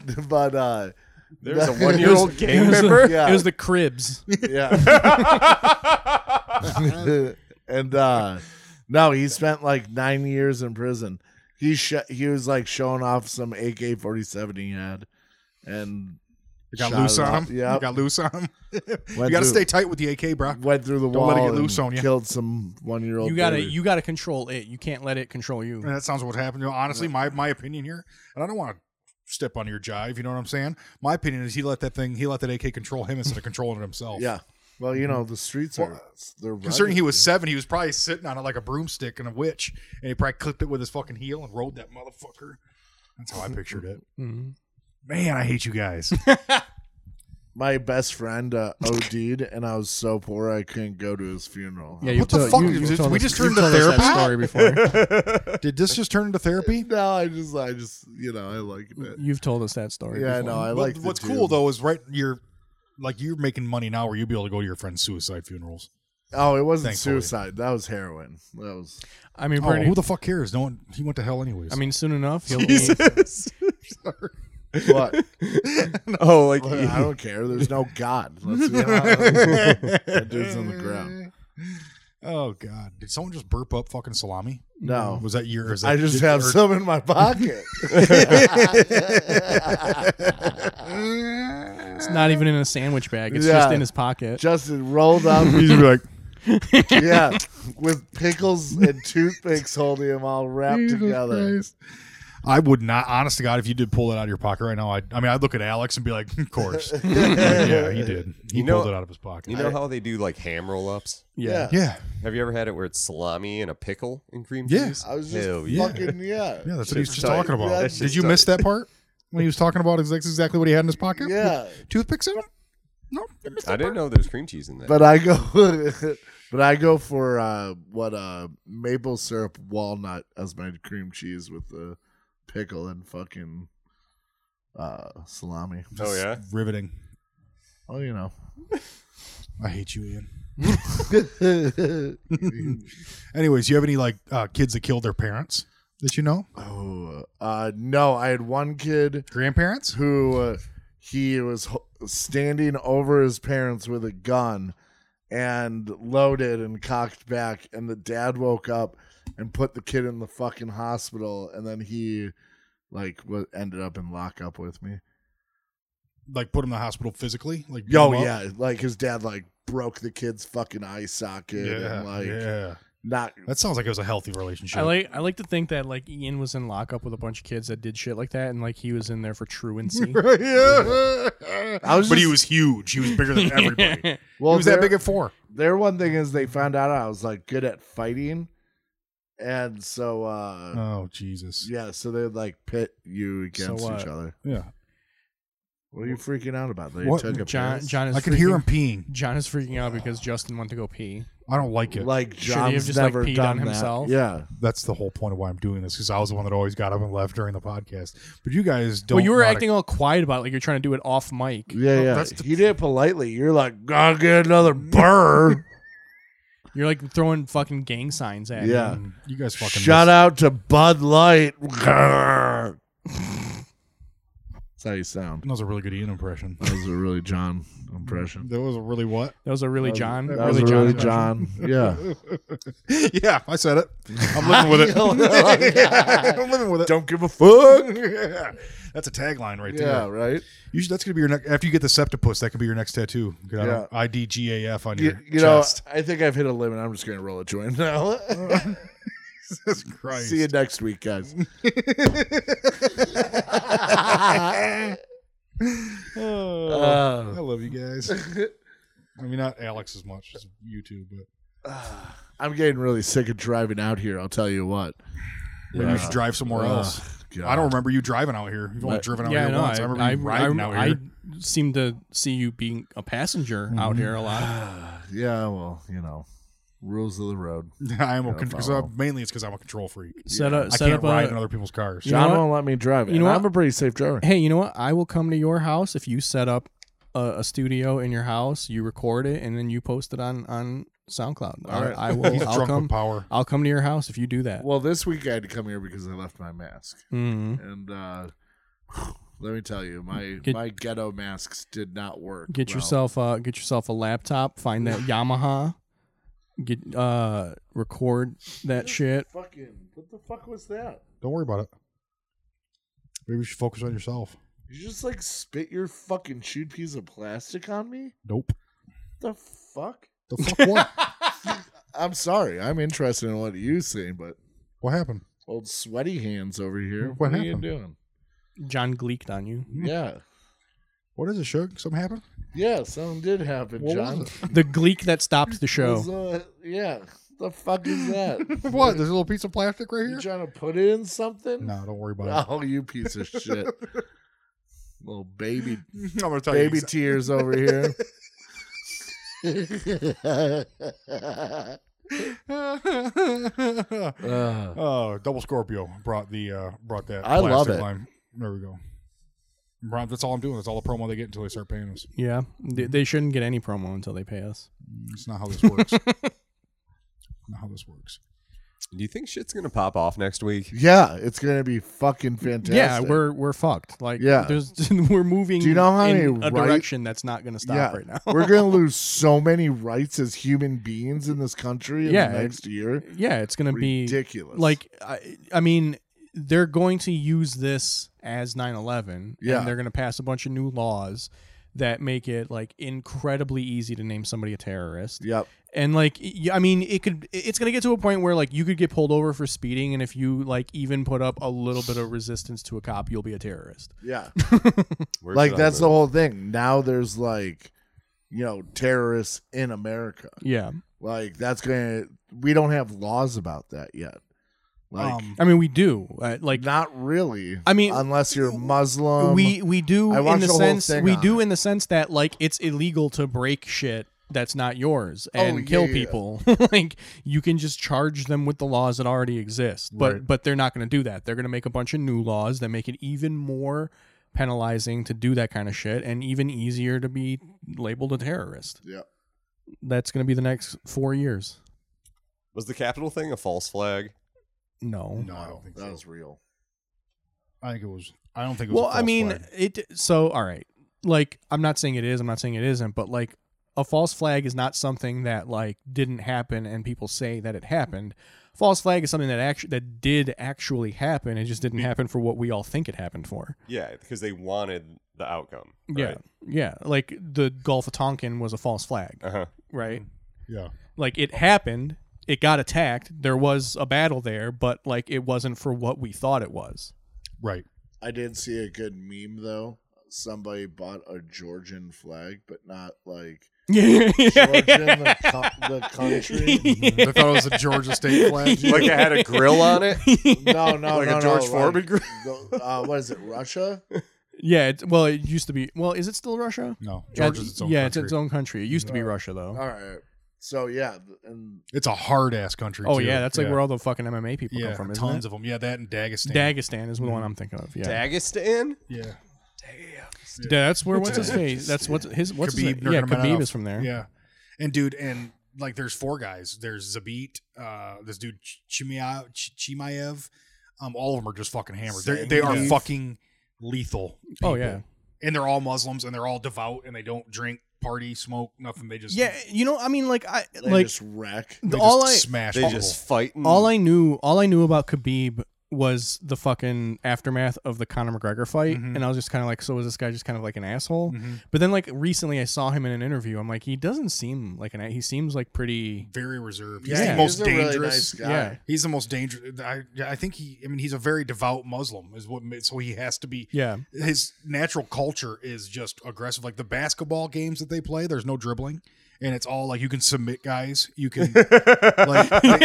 S2: [laughs] but uh, [laughs]
S4: There's a
S2: that-
S4: one year old
S3: it,
S4: gang
S3: was
S4: member.
S3: the,
S2: Yeah.
S3: it was the cribs.
S2: Yeah. [laughs] and uh no, he spent like nine years in prison. He sh- he was like showing off some AK forty seven he had, and
S5: You got
S2: shot
S5: loose
S2: it
S5: on
S2: up.
S5: him.
S2: Yep.
S5: You got loose on [laughs] him. you
S2: Went
S5: got to
S2: through-
S5: stay tight with the AK, bro.
S2: went through the
S5: Don't
S2: wall
S5: let it get
S2: and
S5: loose on ya.
S2: killed some one year old.
S3: You gotta you gotta control it. You can't let it control you.
S5: And that sounds what happened. You know, honestly, my my opinion here, and I don't want to step on your jive. You know what I'm saying? My opinion is he let that thing, he let that AK control him instead of controlling it himself.
S2: yeah. Well, you know the streets are they're
S5: Considering
S2: rugged.
S5: he was seven, he was probably sitting on it like a broomstick and a witch, and he probably clipped it with his fucking heel and rode that motherfucker. That's how I pictured it.
S3: Mhm.
S5: Man, I hate you
S2: [laughs]
S5: guys.
S2: my best friend uh, OD'd, and I was so poor I couldn't go to his funeral.
S3: Yeah, you've
S5: the
S3: told-
S5: fuck?
S3: you-
S5: Is
S3: you've
S5: it-
S3: told
S5: we
S3: us-
S5: just
S3: you've
S5: turned to
S3: told us that
S5: therapy?
S3: story before.
S5: Did this just turn into therapy?
S2: [laughs] no, I just I just you know I liked [laughs] it.
S3: You've told us that story.
S2: Yeah, I
S3: before.
S2: know. I
S5: What-
S2: like. the
S5: what's cool
S2: dude.
S5: though is right you're like you're making money now where you'll be able to go to your friend's suicide funerals.
S2: Oh, it wasn't
S5: Thankfully.
S2: suicide. That was heroin. That was.
S3: I mean,
S5: Oh,
S3: pretty,
S5: who the fuck cares? No one he went to hell anyways.
S3: I mean, soon enough, he'll be,
S4: Jesus.
S2: What?
S5: [laughs]
S4: Oh, like
S2: I don't care. There's no God. Let's be honest. that dude's on the ground.
S5: Oh God! Did someone just burp up fucking salami?
S2: No.
S5: Was that your? Is that
S2: I just
S5: did-
S2: have
S5: or-
S2: some in my
S5: [laughs]
S2: pocket.
S3: it's not even in a sandwich bag. It's
S2: Yeah.
S3: just in his pocket.
S2: Justin rolled up.
S5: He's gonna be like,
S2: [laughs] Yeah. With pickles and toothpicks holding him all wrapped together.
S5: I would not. Honest to God, if you did pull that out of your pocket right now, I, I mean, I'd look at Alex and be like, "Hmm,
S2: [laughs]
S5: of course. Like, yeah, he did. He
S4: You know-
S5: pulled it out of his pocket.
S4: You know how they do like ham roll ups?
S2: Yeah.
S5: yeah,
S4: Have you ever had it where it's salami and a pickle and cream
S5: Yeah.
S4: cheese?
S2: I was just [laughs]
S4: Hell yeah.
S2: fucking, yeah.
S5: yeah. That's what he's
S4: Shit's
S5: just
S4: tight.
S5: talking about.
S2: Yeah,
S4: That
S5: did
S4: shit's
S5: you
S4: tight.
S5: miss that
S2: [laughs]
S5: part when he was talking about ex- that's exactly what he had in his pocket?
S2: Yeah.
S5: With toothpicks in him. No, you missed
S4: I
S5: that
S4: didn't
S5: part.
S4: know there was cream cheese in that.
S2: But uh, I go, [laughs] but I go for uh, what uh, maple syrup walnut as my cream cheese with the pickle and fucking uh, salami.
S4: oh yeah.
S5: Riveting.
S2: Oh, you know, [laughs]
S5: I hate you, Ian.
S2: oh, [laughs]
S5: [laughs] Anyways, you have any like uh, kids that killed their parents that you know?
S2: uh, no, I had one kid
S5: Grandparents?
S2: who uh, he was ho- standing over his parents with a gun and loaded and cocked back and the dad woke up and put the kid in the fucking hospital and then he like wa ended up in lockup with me
S5: Like put him in the hospital physically? Like beat
S2: yo
S5: him up?
S2: Oh, yeah like his dad like broke the kid's fucking eye socket
S5: Yeah,
S2: and like
S5: yeah.
S2: not
S5: That sounds like it was a healthy relationship.
S3: I
S5: [laughs]
S3: like I like to think that like Ian was in lockup with a bunch of kids that did shit like that, and like he was in there for truancy.
S5: yeah.
S2: I was
S5: but he
S2: just-
S5: was huge. He was
S3: [laughs]
S5: bigger than [laughs] everybody. he
S2: well
S5: was that
S2: there-
S5: big at four.
S2: their one thing is they found out i was like good at fighting and so uh
S5: Oh Jesus.
S2: Yeah, so they would like pit you against
S3: what?
S2: each other.
S5: Yeah.
S2: What are you freaking out about? They
S5: What?
S2: took a
S3: John
S2: piss?
S3: John is
S5: I could hear
S3: freaking-
S5: him peeing.
S3: John is freaking out because Justin went to go pee.
S5: I don't like it.
S2: like
S3: Should he have
S2: John's
S3: just, like,
S2: never
S3: peed
S2: done
S3: on
S2: that.
S3: himself?
S2: Yeah,
S5: That's the whole point of why I'm doing this because I was the one that always got up and left during the podcast. But you guys don't.
S3: well, you were
S5: not-
S3: acting all quiet about it, like you're trying to do it off mic.
S2: yeah, yeah.
S5: that's the-
S2: he did it politely. You're like, gotta get another
S3: [laughs]
S2: burr.
S3: You're like throwing fucking gang signs at
S2: Yeah.
S3: him.
S5: You guys fucking.
S2: Shout out to Bud Light. That's how you sound.
S5: That was a really good Ian impression.
S2: That was a really John impression.
S5: That was a
S2: [laughs]
S5: really what?
S3: That was a really John.
S2: That was
S5: Really
S2: a
S5: John
S2: really
S5: impression.
S2: John.
S3: [laughs]
S2: Yeah.
S5: yeah, I said it.
S2: [laughs]
S5: I'm living with it. [laughs] I'm living with it. Don't give a fuck. [laughs] That's a tagline right
S2: Yeah,
S5: there.
S2: right?
S5: You should, that's gonna be your next. After you get the septipus, that could be your next tattoo. Get out
S2: Yeah.
S5: I D G A F on
S2: You,
S5: your
S2: you know,
S5: chest.
S2: I think I've hit a limit. I'm just going to roll a joint
S3: [laughs]
S2: now.
S5: Jesus Christ. [laughs]
S2: See you next week,
S3: [laughs]
S2: guys.
S5: Oh,
S2: Uh,
S5: I love you guys. I mean, not Alex as much as you two, but
S2: I'm getting really sick of driving out here. I'll tell you what.
S5: maybe you should drive somewhere
S2: Ugh,
S5: else.
S2: God.
S5: I don't remember you driving out here. You've only
S2: What?
S5: driven out
S3: yeah,
S5: here
S3: no,
S5: once. I, remember you riding out
S3: I
S5: here. [laughs]
S3: seem to see you being a passenger
S5: Mm-hmm.
S3: out here a lot.
S2: [sighs] yeah, well, you know, rules of the road.
S5: I am a
S2: Yeah,
S5: con- 'cause
S2: follow.
S5: I'm- mainly it's because I'm a control freak.
S3: Set up,
S5: I
S3: set
S5: can't
S3: up
S5: ride
S3: a,
S5: in other people's cars.
S3: You know
S2: John
S3: what?
S2: won't let me drive it.
S3: You know
S2: and I'm
S3: what?
S2: a pretty safe driver.
S3: hey, you know what? I will come to your house if you set up a, a studio in your house, you record it, and then you post it on on SoundCloud. I, I
S5: He's
S3: will. I'll
S5: drunk with
S3: come.
S5: power.
S3: I'll come to your house if you do that.
S2: Well, this week I had to come here because I left my mask,
S3: Mhm.
S2: and uh, [sighs] let me tell you, my
S3: Get-
S2: my ghetto masks did not work.
S3: Get
S2: well.
S3: yourself uh get yourself a laptop. Find
S5: [laughs]
S3: that Yamaha. Get uh record that shit.
S2: Fucking what the fuck was that?
S5: Don't worry about it. Maybe you should focus on yourself.
S2: You just like spit your fucking chewed piece of plastic on me?
S5: Nope.
S2: The fuck?
S5: The fuck [laughs] what?
S2: I'm sorry. I'm interested in what you say, but
S5: what happened?
S2: old sweaty hands over here.
S5: What
S2: What, are you
S5: happened?
S2: doing?
S3: John gleeked on you.
S2: Yeah.
S5: What is it, Shug? Something happened?
S2: Yeah, something did happen,
S5: What
S2: John. [laughs]
S5: was
S3: The gleek that stopped
S5: [laughs]
S3: the
S2: It
S3: show.
S2: was, uh, yeah. The fuck is [laughs] that?
S5: what? There's a little piece of plastic right
S2: You
S5: here?
S2: trying to put in something? [laughs]
S5: No, don't worry about it.
S2: Oh, you piece of [laughs] shit. Little [laughs] baby
S5: [laughs] I'm gonna tell
S2: baby [laughs]
S5: you. exa-
S2: tears over [laughs] here. Uh,
S5: [laughs] Oh, double Scorpio brought the uh brought that.
S2: I love
S5: plastic
S2: it.
S5: Line. There we go. Bro, That's all I'm doing. That's all the promo they get until they start paying us.
S3: Yeah, they, they shouldn't get any promo until they pay us.
S5: It's not how
S2: [laughs]
S5: this works. not how this works.
S4: Do you think shit's gonna pop off next week?
S2: yeah, it's gonna be fucking fantastic.
S3: Yeah, we're we're fucked. Like,
S2: Yeah.
S3: there's [laughs] we're moving.
S2: Do you know how
S3: in
S2: many
S3: a
S2: right-
S3: direction that's not going to stop
S2: Yeah.
S3: right now? [laughs]
S2: we're [laughs] gonna lose so many rights as human beings in this country in
S3: Yeah,
S2: the next year.
S3: yeah, it's going to be
S2: Ridiculous.
S3: like I, I mean, they're going to use this as 9/11.
S2: Yeah.
S3: and they're going to pass a bunch of new laws that make it like incredibly easy to name somebody a terrorist.
S2: yep.
S3: And like, y- I mean, it could. It's gonna get to a point where like you could get pulled over for speeding, and if you like even put up a little bit of resistance to a cop, you'll be a terrorist.
S2: [laughs] Yeah.
S4: Where
S2: like
S4: should I
S2: that's the
S4: move?
S2: whole thing. Now there's like, you know, terrorists in America.
S3: Yeah,
S2: Like that's gonna. We don't have laws about that yet. Like
S5: um,
S3: I mean, we do. Uh, like,
S2: not really.
S3: I mean,
S2: unless you're Muslim.
S3: we we do
S2: Um, I
S3: in
S2: watched
S3: the
S2: the whole
S3: sense
S2: thing
S3: we
S2: on
S3: do
S2: it.
S3: in the sense that like it's illegal to break shit that's not yours and
S2: yeah,
S3: kill
S2: Oh, yeah.
S3: people. [laughs] like you can just charge them with the laws that already exist. But
S2: Right.
S3: but they're not going to do that. They're going to make a bunch of new laws that make it even more penalizing to do that kind of shit and even easier to be labeled a terrorist.
S2: Yeah.
S3: That's going to be the next 4 years.
S4: was the capital thing a false flag?
S3: No.
S5: no, I don't think
S2: that
S5: so.
S2: was real.
S5: I think it was. I don't think it was.
S3: Well, I
S5: a false
S3: mean,
S5: flag.
S3: it. So, all right. Like, I'm not saying it is. I'm not saying it isn't. But like, a false flag is not something that like didn't happen, and people say that it happened. False flag is something that actually that did actually happen. It just didn't happen for what we all think it happened for.
S4: Yeah, because they wanted the outcome.
S3: Yeah, yeah. Like the Gulf of Tonkin was a false flag,
S4: Uh huh.
S3: right?
S5: Mm-hmm. yeah.
S3: Like it happened. It got attacked. There was a battle there, but like it wasn't for what we thought it
S5: [laughs]
S3: was.
S2: [laughs]
S5: Right.
S2: I did see a good meme though. Somebody bought a Georgian flag, but not like
S3: Yeah,
S2: Georgian the, co- the
S3: [laughs]
S2: country.
S5: I thought it was a Georgia
S2: [laughs]
S5: state flag.
S4: Like it had a grill on it.
S2: No, no,
S4: Like a
S2: no, no,
S4: George Foreman
S2: Like, the, uh, what is it? Russia?
S3: Yeah, it, well, it used to be. Well, is it still Russia?
S5: No,
S3: Yeah,
S5: Georgia's its own
S3: yeah,
S5: country.
S3: it's its own country. It used to be Russia,
S2: All
S3: though.
S2: right. So yeah, th- and
S5: It's a hard ass country.
S3: oh
S5: too.
S3: yeah, that's like where all the fucking MMA people
S5: yeah,
S3: come from. Isn't
S5: tons
S3: it?
S5: of them. Yeah, that and Dagestan. Mm-hmm.
S3: Dagestan is the one I'm thinking of. Yeah,
S4: Dagestan.
S5: yeah,
S3: Yeah, that's where
S5: [laughs]
S3: what's his face? That's what's his what's his
S5: Khabib.
S3: name? Yeah,
S5: Nurmagomedov.
S3: Khabib is from there.
S5: Yeah, and dude, and like there's four guys. There's Zabit, uh, this dude Ch- Chimia- Ch- Chimaev. Um, all of them are just fucking hammered. They're, they are
S2: Zangief.
S5: fucking lethal.
S3: Oh
S5: people.
S3: yeah.
S5: and they're all Muslims and they're all devout and they don't drink, party, smoke, nothing. They just
S3: Yeah, you know, I mean like I
S2: They
S3: like
S2: just wreck.
S5: they
S3: all
S5: just
S3: I
S5: smash.
S4: They
S5: people.
S4: just fight. and-
S3: all I knew all I knew about Khabib was the fucking aftermath of the Conor McGregor fight
S5: Mhm.
S3: and I was just kind of like so was this guy just kind of like an asshole?
S5: Mhm.
S3: But then like recently I saw him in an interview. I'm like he doesn't seem like an a- he seems like pretty
S5: very reserved. He's
S2: Yeah,
S5: the
S2: he's
S5: most
S2: a
S5: dangerous.
S2: Really nice guy.
S3: Yeah.
S5: He's the most dangerous. I, I think he. I mean, he's a very devout Muslim, is what. ma- So he has to be. [laughs]
S3: yeah.
S5: His natural culture is just aggressive. Like the basketball games that they play, there's no dribbling, and it's all like you can submit guys.
S3: [laughs]
S5: You can like
S3: You're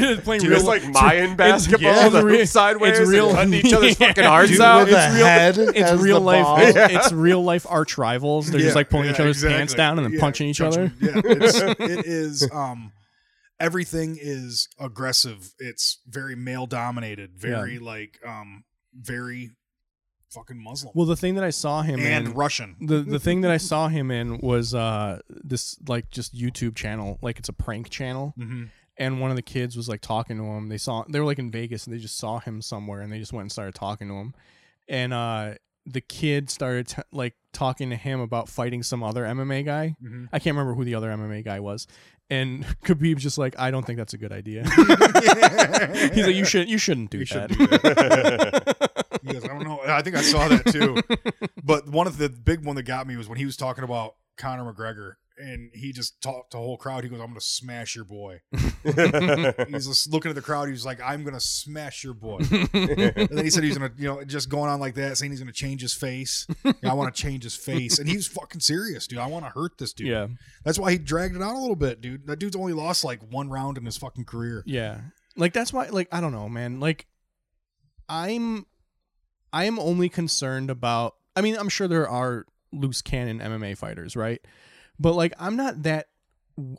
S3: just playing
S4: Dude,
S3: [laughs]
S4: it's like Mayan basketball,
S3: yeah,
S4: the
S3: it's real-
S4: hoop sideways,
S3: it's
S4: it's
S3: real-
S4: real, cutting each other's
S3: Yeah.
S4: fucking hearts
S2: Dude
S4: out.
S2: with a
S4: It's real.
S2: head as
S3: it's
S2: the
S3: real life.
S2: ball.
S3: It's, it's real life arch rivals. They're just
S5: Yeah,
S3: like pulling each
S5: yeah,
S3: other's
S5: exactly.
S3: pants down and then
S5: Yeah,
S3: punching each other.
S5: judgment. Yeah,
S3: [laughs]
S5: it's, [laughs] it is. Um, everything is aggressive. It's very male dominated. Very like um, very fucking Muslim
S3: Well, the thing that I saw him
S5: and
S3: in,
S5: Russian.
S3: the the thing that I saw him in was uh this like just YouTube channel, like it's a prank channel,
S5: Mhm.
S3: and one of the kids was like talking to him. They saw they were like in Vegas and they just saw him somewhere and they just went and started talking to him, and uh the kid started t- like talking to him about fighting some other MMA guy.
S5: Mhm.
S3: I can't remember who the other MMA guy was, and [laughs] Khabib's just like, I don't think that's a good
S5: [laughs]
S3: idea. He's like, you should you shouldn't do
S5: You
S3: that.
S5: shouldn't do He goes, I don't know. I think I saw that too. But one of the big one that got me was when he was talking about Conor McGregor, and he just talked to the whole crowd. He goes, "I'm gonna smash your boy."
S4: [laughs]
S5: [laughs] he's just looking at the crowd. He's like, "I'm gonna smash
S3: [laughs]
S5: your boy." and then he said he's gonna, you know, just going on like that, saying he's gonna change his face. Yeah, I want to change his face, and he was fucking serious, dude. I want to hurt this
S3: [laughs]
S5: dude.
S3: yeah,
S5: that's why he dragged it out a little bit, dude. That dude's only lost like one round in his fucking career.
S3: yeah. Like that's why. Like I don't know, man. Like I'm, I am only concerned about. I mean, I'm sure there are loose cannon MMA fighters, right? But like, I'm not that.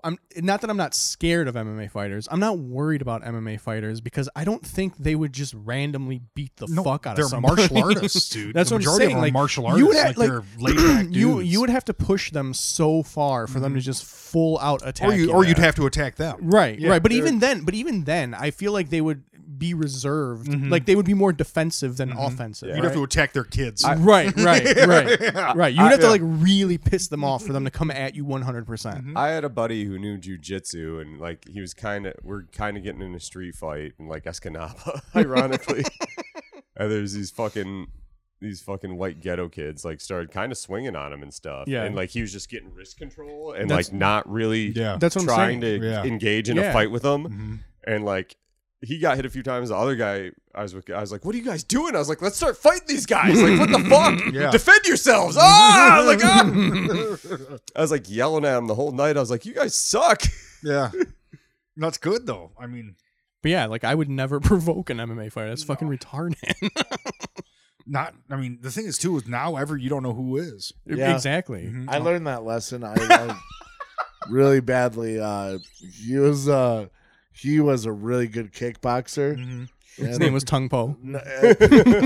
S3: I'm not that I'm not scared of MMA fighters. I'm not worried about MMA fighters because I don't think they would just randomly beat the
S5: No,
S3: fuck out
S5: they're
S3: of somebody. [laughs]
S5: martial artists, dude.
S3: That's
S5: the
S3: what I'm
S5: majority
S3: saying.
S5: Of them
S3: Like,
S5: are martial
S3: you
S5: artists,
S3: would have-
S5: like,
S3: like,
S5: they're laid back
S3: [clears throat]
S5: dudes. Mm-hmm.
S3: you you would have to push them so far for them to just full out attack
S5: or you, or you'd have to attack them.
S3: Right,
S5: Yeah,
S3: right. But
S5: they're-
S3: even then, but even then, I feel like they would be reserved.
S5: Mhm.
S3: Like they would be more defensive than offensive.
S5: Mm-hmm. You'd have to attack their kids. [laughs]
S3: right, right, right,
S5: Yeah. Mm-hmm.
S3: right. You'd
S4: I-
S3: have to
S4: [laughs] yeah.
S3: like really piss them off for them to
S5: [laughs]
S3: come at you one hundred percent.
S4: I had a buddy who knew jujitsu, and like he was kind of, we're kind of getting in a street fight, and like Escanaba, [laughs]
S3: [laughs]
S4: ironically. and there's these fucking, these fucking white ghetto kids like started kind of swinging on him and stuff.
S3: Yeah.
S4: and like he was just getting wrist control and
S3: That's-
S4: like not really,
S5: Yeah.
S3: That's what I'm
S4: trying
S3: saying.
S4: to
S5: Yeah. Mm-hmm.
S4: engage in
S3: Yeah.
S4: a fight with them, and like. He got hit a few times. The other guy, I was, with, I was like, "What are you guys doing?" I was like, "Let's start fighting these guys!
S5: [laughs]
S4: Like, what the fuck?
S5: Yeah.
S4: Defend yourselves!" Ah, I
S5: Oh
S4: was
S5: [laughs]
S4: like,
S3: [laughs]
S4: ah! I was like yelling at him the whole night. I was like, "You guys suck!"
S5: Yeah. That's good though. I mean,
S3: But yeah, like I would never [laughs] provoke an MMA fighter. That's fucking retarded.
S5: not. I mean, the thing is too is now ever you don't know who is.
S2: Yeah.
S3: Exactly.
S2: [laughs]
S5: Mm-hmm.
S2: I learned that lesson. I, I [laughs] really badly. Uh, he was uh, he was a really good kickboxer.
S5: Mhm.
S3: Mm-hmm. His name was Tung Po.
S2: N- uh,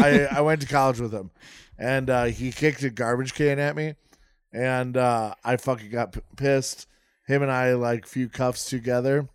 S2: I, I went to college with him, and uh, he kicked a garbage can at me, and uh, I fucking got p- pissed. Him and I like few cuffs together.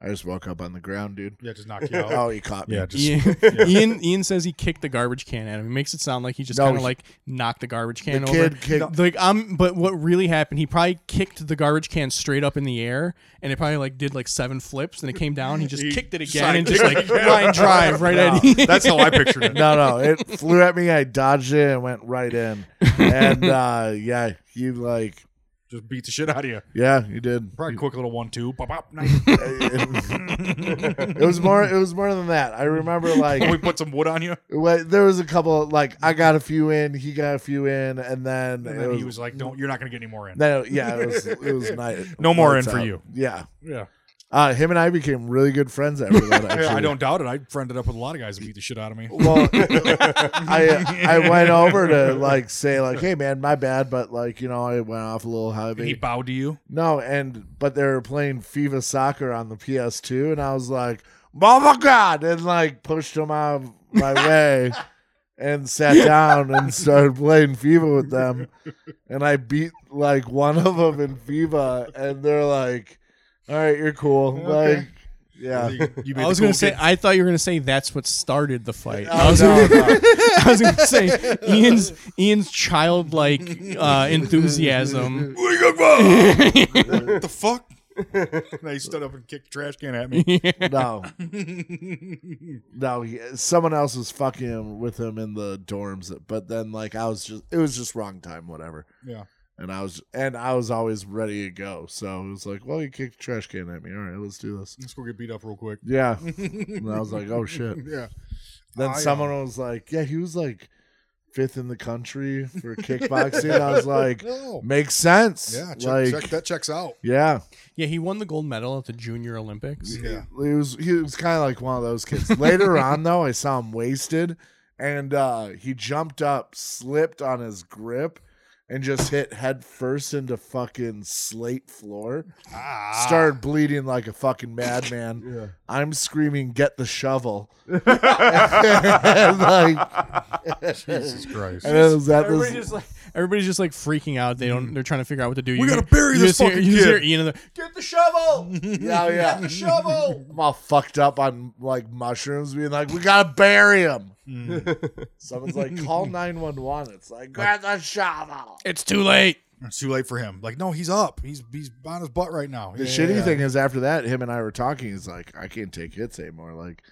S2: I just woke up on the ground, dude.
S5: Yeah, just knock [laughs] you out.
S2: Oh, he caught me.
S5: yeah, just [laughs]
S3: Ian, [laughs] Ian Ian says he kicked the garbage can at him. He makes it sound like he just
S2: No,
S3: kind of
S2: he-
S3: like knocked the garbage can
S2: the
S3: over.
S2: kid kicked.
S3: Like I'm, but what really happened? He probably kicked the garbage can straight up in the air, and it probably like did like seven flips, and it came down. He just
S5: He
S3: kicked it again
S5: side
S3: and
S5: [laughs]
S3: just like [laughs]
S5: kicked it.
S3: line drive right
S5: [laughs]
S3: at.
S5: Yeah, That's how I
S3: [laughs]
S5: pictured it.
S2: No, no, it [laughs] flew at me. I dodged it and went right in. And uh, yeah, he like,
S5: Just beat the shit out of you.
S2: yeah, he did. [laughs]
S5: Probably quick little one two. Bop, bop, [laughs] nice.
S2: It was more. It was more than that. I remember like
S5: [laughs] we put some wood on you.
S2: Well, there was a couple like I got a few in, he got a few in, and then,
S5: And
S2: it
S5: then
S2: was,
S5: he was like, "Don't. You're not going to get any more in."
S2: no, yeah, it
S5: [laughs]
S2: was it was night.
S5: No more
S2: lights
S5: in for
S2: out.
S5: you.
S2: Yeah,
S5: yeah.
S2: uh, him and I became really good friends after
S5: [laughs]
S2: that. Actually.
S5: I don't doubt it. I friended up with a lot of guys that beat the shit out of [laughs] me.
S2: Well, I I went over to like say like, hey man, my bad, but like you know I went off a little
S5: And he
S2: heavy.
S5: bowed to [laughs] you.
S2: No, and but they were playing FIFA soccer on the PS2, and I was like, "Mama God!" and like pushed him out of
S5: [laughs]
S2: my way, and sat down and started playing FIFA with them, and I beat like one of them in FIFA, and they're like, "All right, you're cool."
S5: Okay.
S2: Like, Yeah.
S5: You, you made
S3: I was
S5: the
S3: gonna
S5: goal
S3: say.
S5: kick.
S3: I thought you were gonna say that's what started the fight. I
S2: Oh,
S3: was,
S2: no,
S5: [laughs]
S3: gonna,
S2: no.
S3: I was gonna say Ian's Ian's childlike uh, enthusiasm.
S5: what the [laughs] fuck? now you stood up and kicked a trash can at [laughs] me.
S2: No. no, he, someone else was fucking with him in the dorms, but then like I was just it was just wrong time, whatever.
S5: Yeah.
S2: And I was and I was always ready to go. So it was like, well, you kicked a trash can at me. All right, let's do this.
S5: Let's go get beat up real [laughs] quick.
S2: Yeah. and I was like, oh
S5: [laughs]
S2: shit.
S5: Yeah.
S2: Then
S5: I, uh,
S2: someone was like, yeah, he was like fifth in the country for kickboxing. I was
S5: [laughs]
S2: like,
S5: No.
S2: makes sense.
S5: Yeah, check,
S2: like,
S5: check that
S2: [laughs]
S5: checks out.
S2: Yeah.
S3: [laughs] Yeah, he won the gold medal at the Junior Olympics.
S5: Yeah.
S2: he was he was kind of like one of those kids. Later on, though, I saw him wasted, and uh, he jumped up, slipped on his grip, and just hit head first into fucking slate floor.
S5: Ah.
S2: Started bleeding like a fucking madman. I'm screaming, "Get the shovel!" and, like,
S5: Jesus Christ.
S2: and it was at
S5: [laughs]
S3: Everybody's
S2: this. [laughs]
S3: just like everybody's just like freaking out. They don't. They're trying to figure out what to do. We
S5: Mm. gotta bury
S3: you
S5: this
S3: just hear,
S5: fucking
S3: you just hear
S5: kid.
S3: Ian in the, get the shovel.
S2: Yeah, oh, yeah. shovel. [laughs] I'm all fucked up on like mushrooms, being like, "We gotta bury him." Someone's like, "Call 911." It's like, "Grab the shovel."
S3: [laughs] It's too late.
S5: It's too late for him. Like, no, he's up. He's he's on his butt right now.
S2: The
S5: Yeah,
S2: shitty
S5: yeah,
S2: thing is, after that, him and I were talking. He's like, "I can't take hits anymore." Like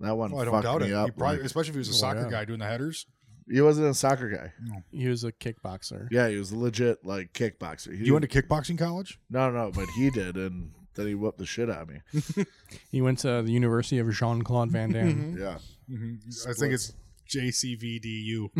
S2: that one
S5: Oh, I don't
S2: fucked
S5: doubt
S2: me
S5: it.
S2: up.
S5: He probably,
S2: like, oh,
S5: especially if he was a soccer guy doing the headers.
S2: he wasn't a soccer guy.
S3: He was a kickboxer.
S2: Yeah, he was a legit like kickboxer. He
S5: You went to kickboxing college?
S2: no, no, but he did, and then he whooped the shit out of me.
S3: He went to the University of Jean Claude Van
S5: Mm-hmm.
S3: Damme.
S5: Hmm.
S2: Yeah. [laughs]
S5: I think it's [laughs] JCVDU.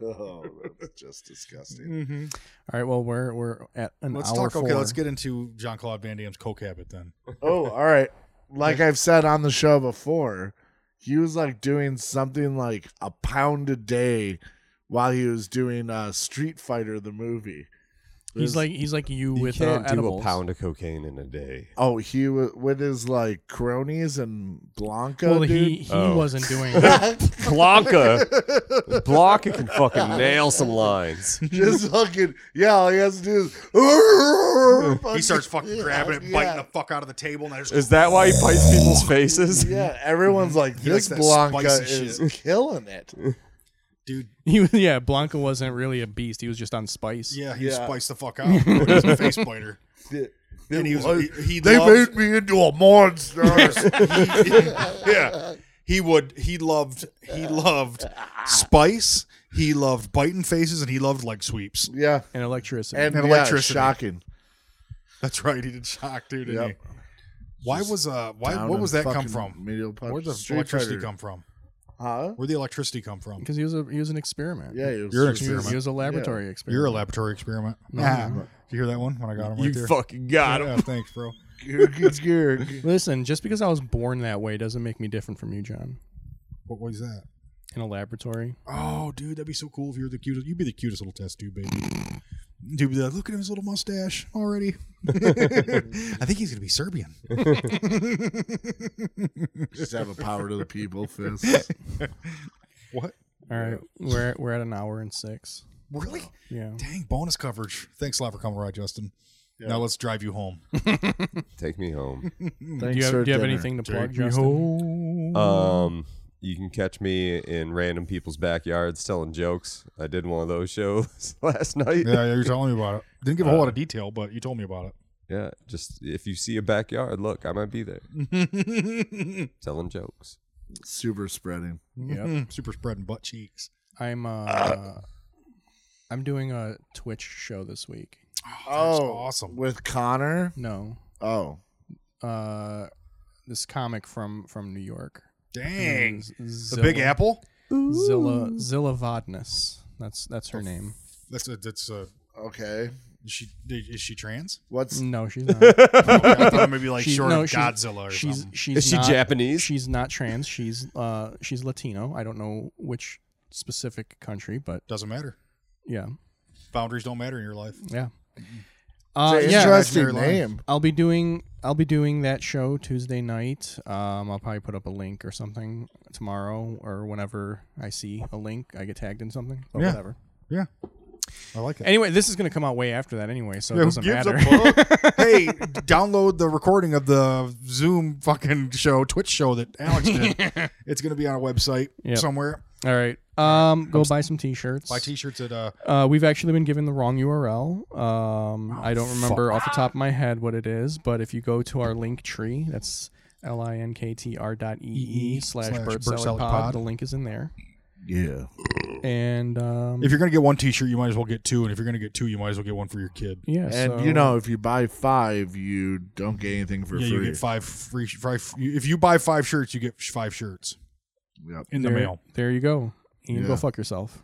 S2: oh, that's just
S5: [laughs]
S2: disgusting.
S5: Mm-hmm.
S3: All right, well we're we're at an
S5: let's
S3: hour
S5: talk. Okay,
S3: four.
S5: let's get into Jean Claude Van Damme's coke habit then.
S2: oh, all right. Like I've said on the show before, he was like doing something like a pound a day while he was doing uh, Street Fighter the movie.
S3: He's like he's like you,
S4: You
S3: with
S4: can't
S3: uh,
S4: do
S3: edibles.
S4: a pound of cocaine in a day.
S2: Oh, he wa with his like cronies and Blanca.
S3: Well,
S2: dude.
S3: he he
S4: Oh.
S3: wasn't
S5: [laughs]
S3: doing. [laughs] it.
S4: Blanca, Blanca can [laughs] fucking nail some lines.
S2: just
S5: [laughs]
S2: fucking yeah. All he has to do is
S5: He starts fucking grabbing it, biting the fuck out of the table, and I just
S4: [laughs] Is that why he bites people's faces?
S2: [laughs]
S5: [laughs]
S2: Yeah, everyone's like,
S5: Mhm. likes
S2: this
S5: that
S2: Blanca
S5: spicy
S2: is [laughs] killing it.
S5: dude,
S3: he was, yeah, Blanca wasn't really a beast. He was just on spice.
S5: yeah, he
S2: Yeah.
S5: spiced the
S2: [laughs]
S5: fuck out. he was a face biter. [laughs] And he was he, he loved-
S2: me into a
S5: [laughs]
S2: monster.
S5: yeah. He would he loved he loved spice, he loved biting faces, and he loved leg sweeps.
S2: yeah,
S3: and electricity.
S2: and,
S5: And
S2: yeah,
S5: electricity.
S2: shocking.
S5: That's right, he did shock, dude, didn't
S2: Yep.
S5: he? Why was uh why
S2: Down
S5: what
S2: in
S5: was that come
S2: fucking
S5: from?
S2: Medial punch.
S5: Where'd the
S2: Street
S5: electricity
S2: Fighter.
S5: come from?
S2: Huh?
S5: Where'd the electricity come from?
S3: because he was a he was an experiment.
S2: Yeah, it was
S5: You're an
S2: just-
S3: he was, he
S5: experiment.
S3: was a laboratory experiment.
S5: You're a laboratory experiment. Yeah. Did you hear that one when I got him right
S4: you
S5: there?
S4: fucking got him.
S5: yeah, thanks, bro.
S2: [laughs] Gurg, gurg.
S3: Listen, just because I was born that way doesn't make me different from you, John.
S5: What was that?
S3: In a laboratory,
S5: Oh, dude, that'd be so cool if you're the cutest. You'd be the cutest little test tube, baby. Dude, would be like, look at his little mustache already. [laughs] I think he's gonna be Serbian.
S2: Just have a power to the [laughs] people fist.
S5: Hmm. What?
S3: all right, we're at, we're at an hour and six.
S5: Really?
S3: Yeah,
S5: Dang, bonus coverage. Thanks a lot for coming, right, Justin. Now let's drive you home.
S4: Take me home.
S2: Thanks
S3: do you
S2: for
S3: have, do you have
S2: dinner.
S3: anything to plug,
S5: Take me
S3: Justin?
S5: home.
S4: Um, you can catch me in random people's backyards telling jokes. I did one of those shows [laughs] last
S5: [laughs]
S4: night.
S5: yeah, yeah, you're telling me about it. Didn't give a whole lot of detail, but you told me about it.
S4: Yeah, just if you see a backyard, look, I might be there
S5: [laughs]
S4: telling jokes.
S2: Super spreading.
S3: Yep.
S5: Super spreading butt cheeks.
S3: I'm uh, I'm doing a Twitch show this week.
S2: Oh,
S5: awesome.
S2: With Connor.
S3: No,
S2: Oh,
S3: uh, this comic from from New York.
S5: Dang.
S3: Z-
S5: The
S3: Zilla,
S5: Big Apple.
S3: Zilla Zilla Vodness. That's that's her name.
S5: That's a, that's a,
S2: okay.
S5: is she is she trans?
S2: What's
S3: No, she's not.
S5: [laughs] I thought maybe like
S3: She's-
S5: short
S3: no,
S5: of
S3: she's-
S5: Godzilla or
S3: she's
S5: something.
S3: she's
S4: Is she
S3: not-
S4: Japanese?
S3: She's not trans. She's uh she's Latino. I don't know which specific country, but
S5: Doesn't matter.
S3: yeah,
S5: Boundaries don't matter in your life.
S3: yeah.
S2: it's
S3: Uh,
S2: an
S3: yeah,
S2: interesting
S5: Imaginary line.
S2: name?
S3: I'll be doing I'll be doing that show Tuesday night. Um, I'll probably put up a link or something tomorrow or whenever I see a link, I get tagged in something. But
S5: Yeah.
S3: whatever.
S5: Yeah. I like that.
S3: Anyway, this is going to come out way after that anyway, so it
S5: Who
S3: doesn't
S5: gives a
S3: matter. [laughs]
S5: fuck? [laughs] hey, download the recording of the Zoom fucking show, Twitch show that Alex
S3: [laughs]
S5: did. It's going to be on our website
S3: Yep.
S5: somewhere.
S3: All right, um, go buy some t-shirts.
S5: Buy t-shirts at uh,
S3: Uh, we've actually been given the wrong URL.
S5: Oh,
S3: Um, I don't remember off the top of my head what it is, but if you go to our link tree, that's l i n k t r dot e e
S5: EE
S3: slash
S5: slash
S3: Burt
S5: Burt
S3: Selling
S5: Selling
S3: Pod.
S5: Pod.
S3: The link is in there,
S2: Yeah.
S3: and um,
S5: if you're going to get one t-shirt, you might as well get two, and if you're going to get two, you might as well get one for your kid.
S3: yeah,
S2: And
S3: so-
S2: you know, if you buy five, you don't get anything for
S5: yeah,
S2: free.
S5: you get five free five. you- If you buy five shirts, you get five shirts
S2: Yep.
S5: in the
S3: there,
S5: mail.
S3: there you go. You can go
S2: Yeah.
S3: fuck yourself.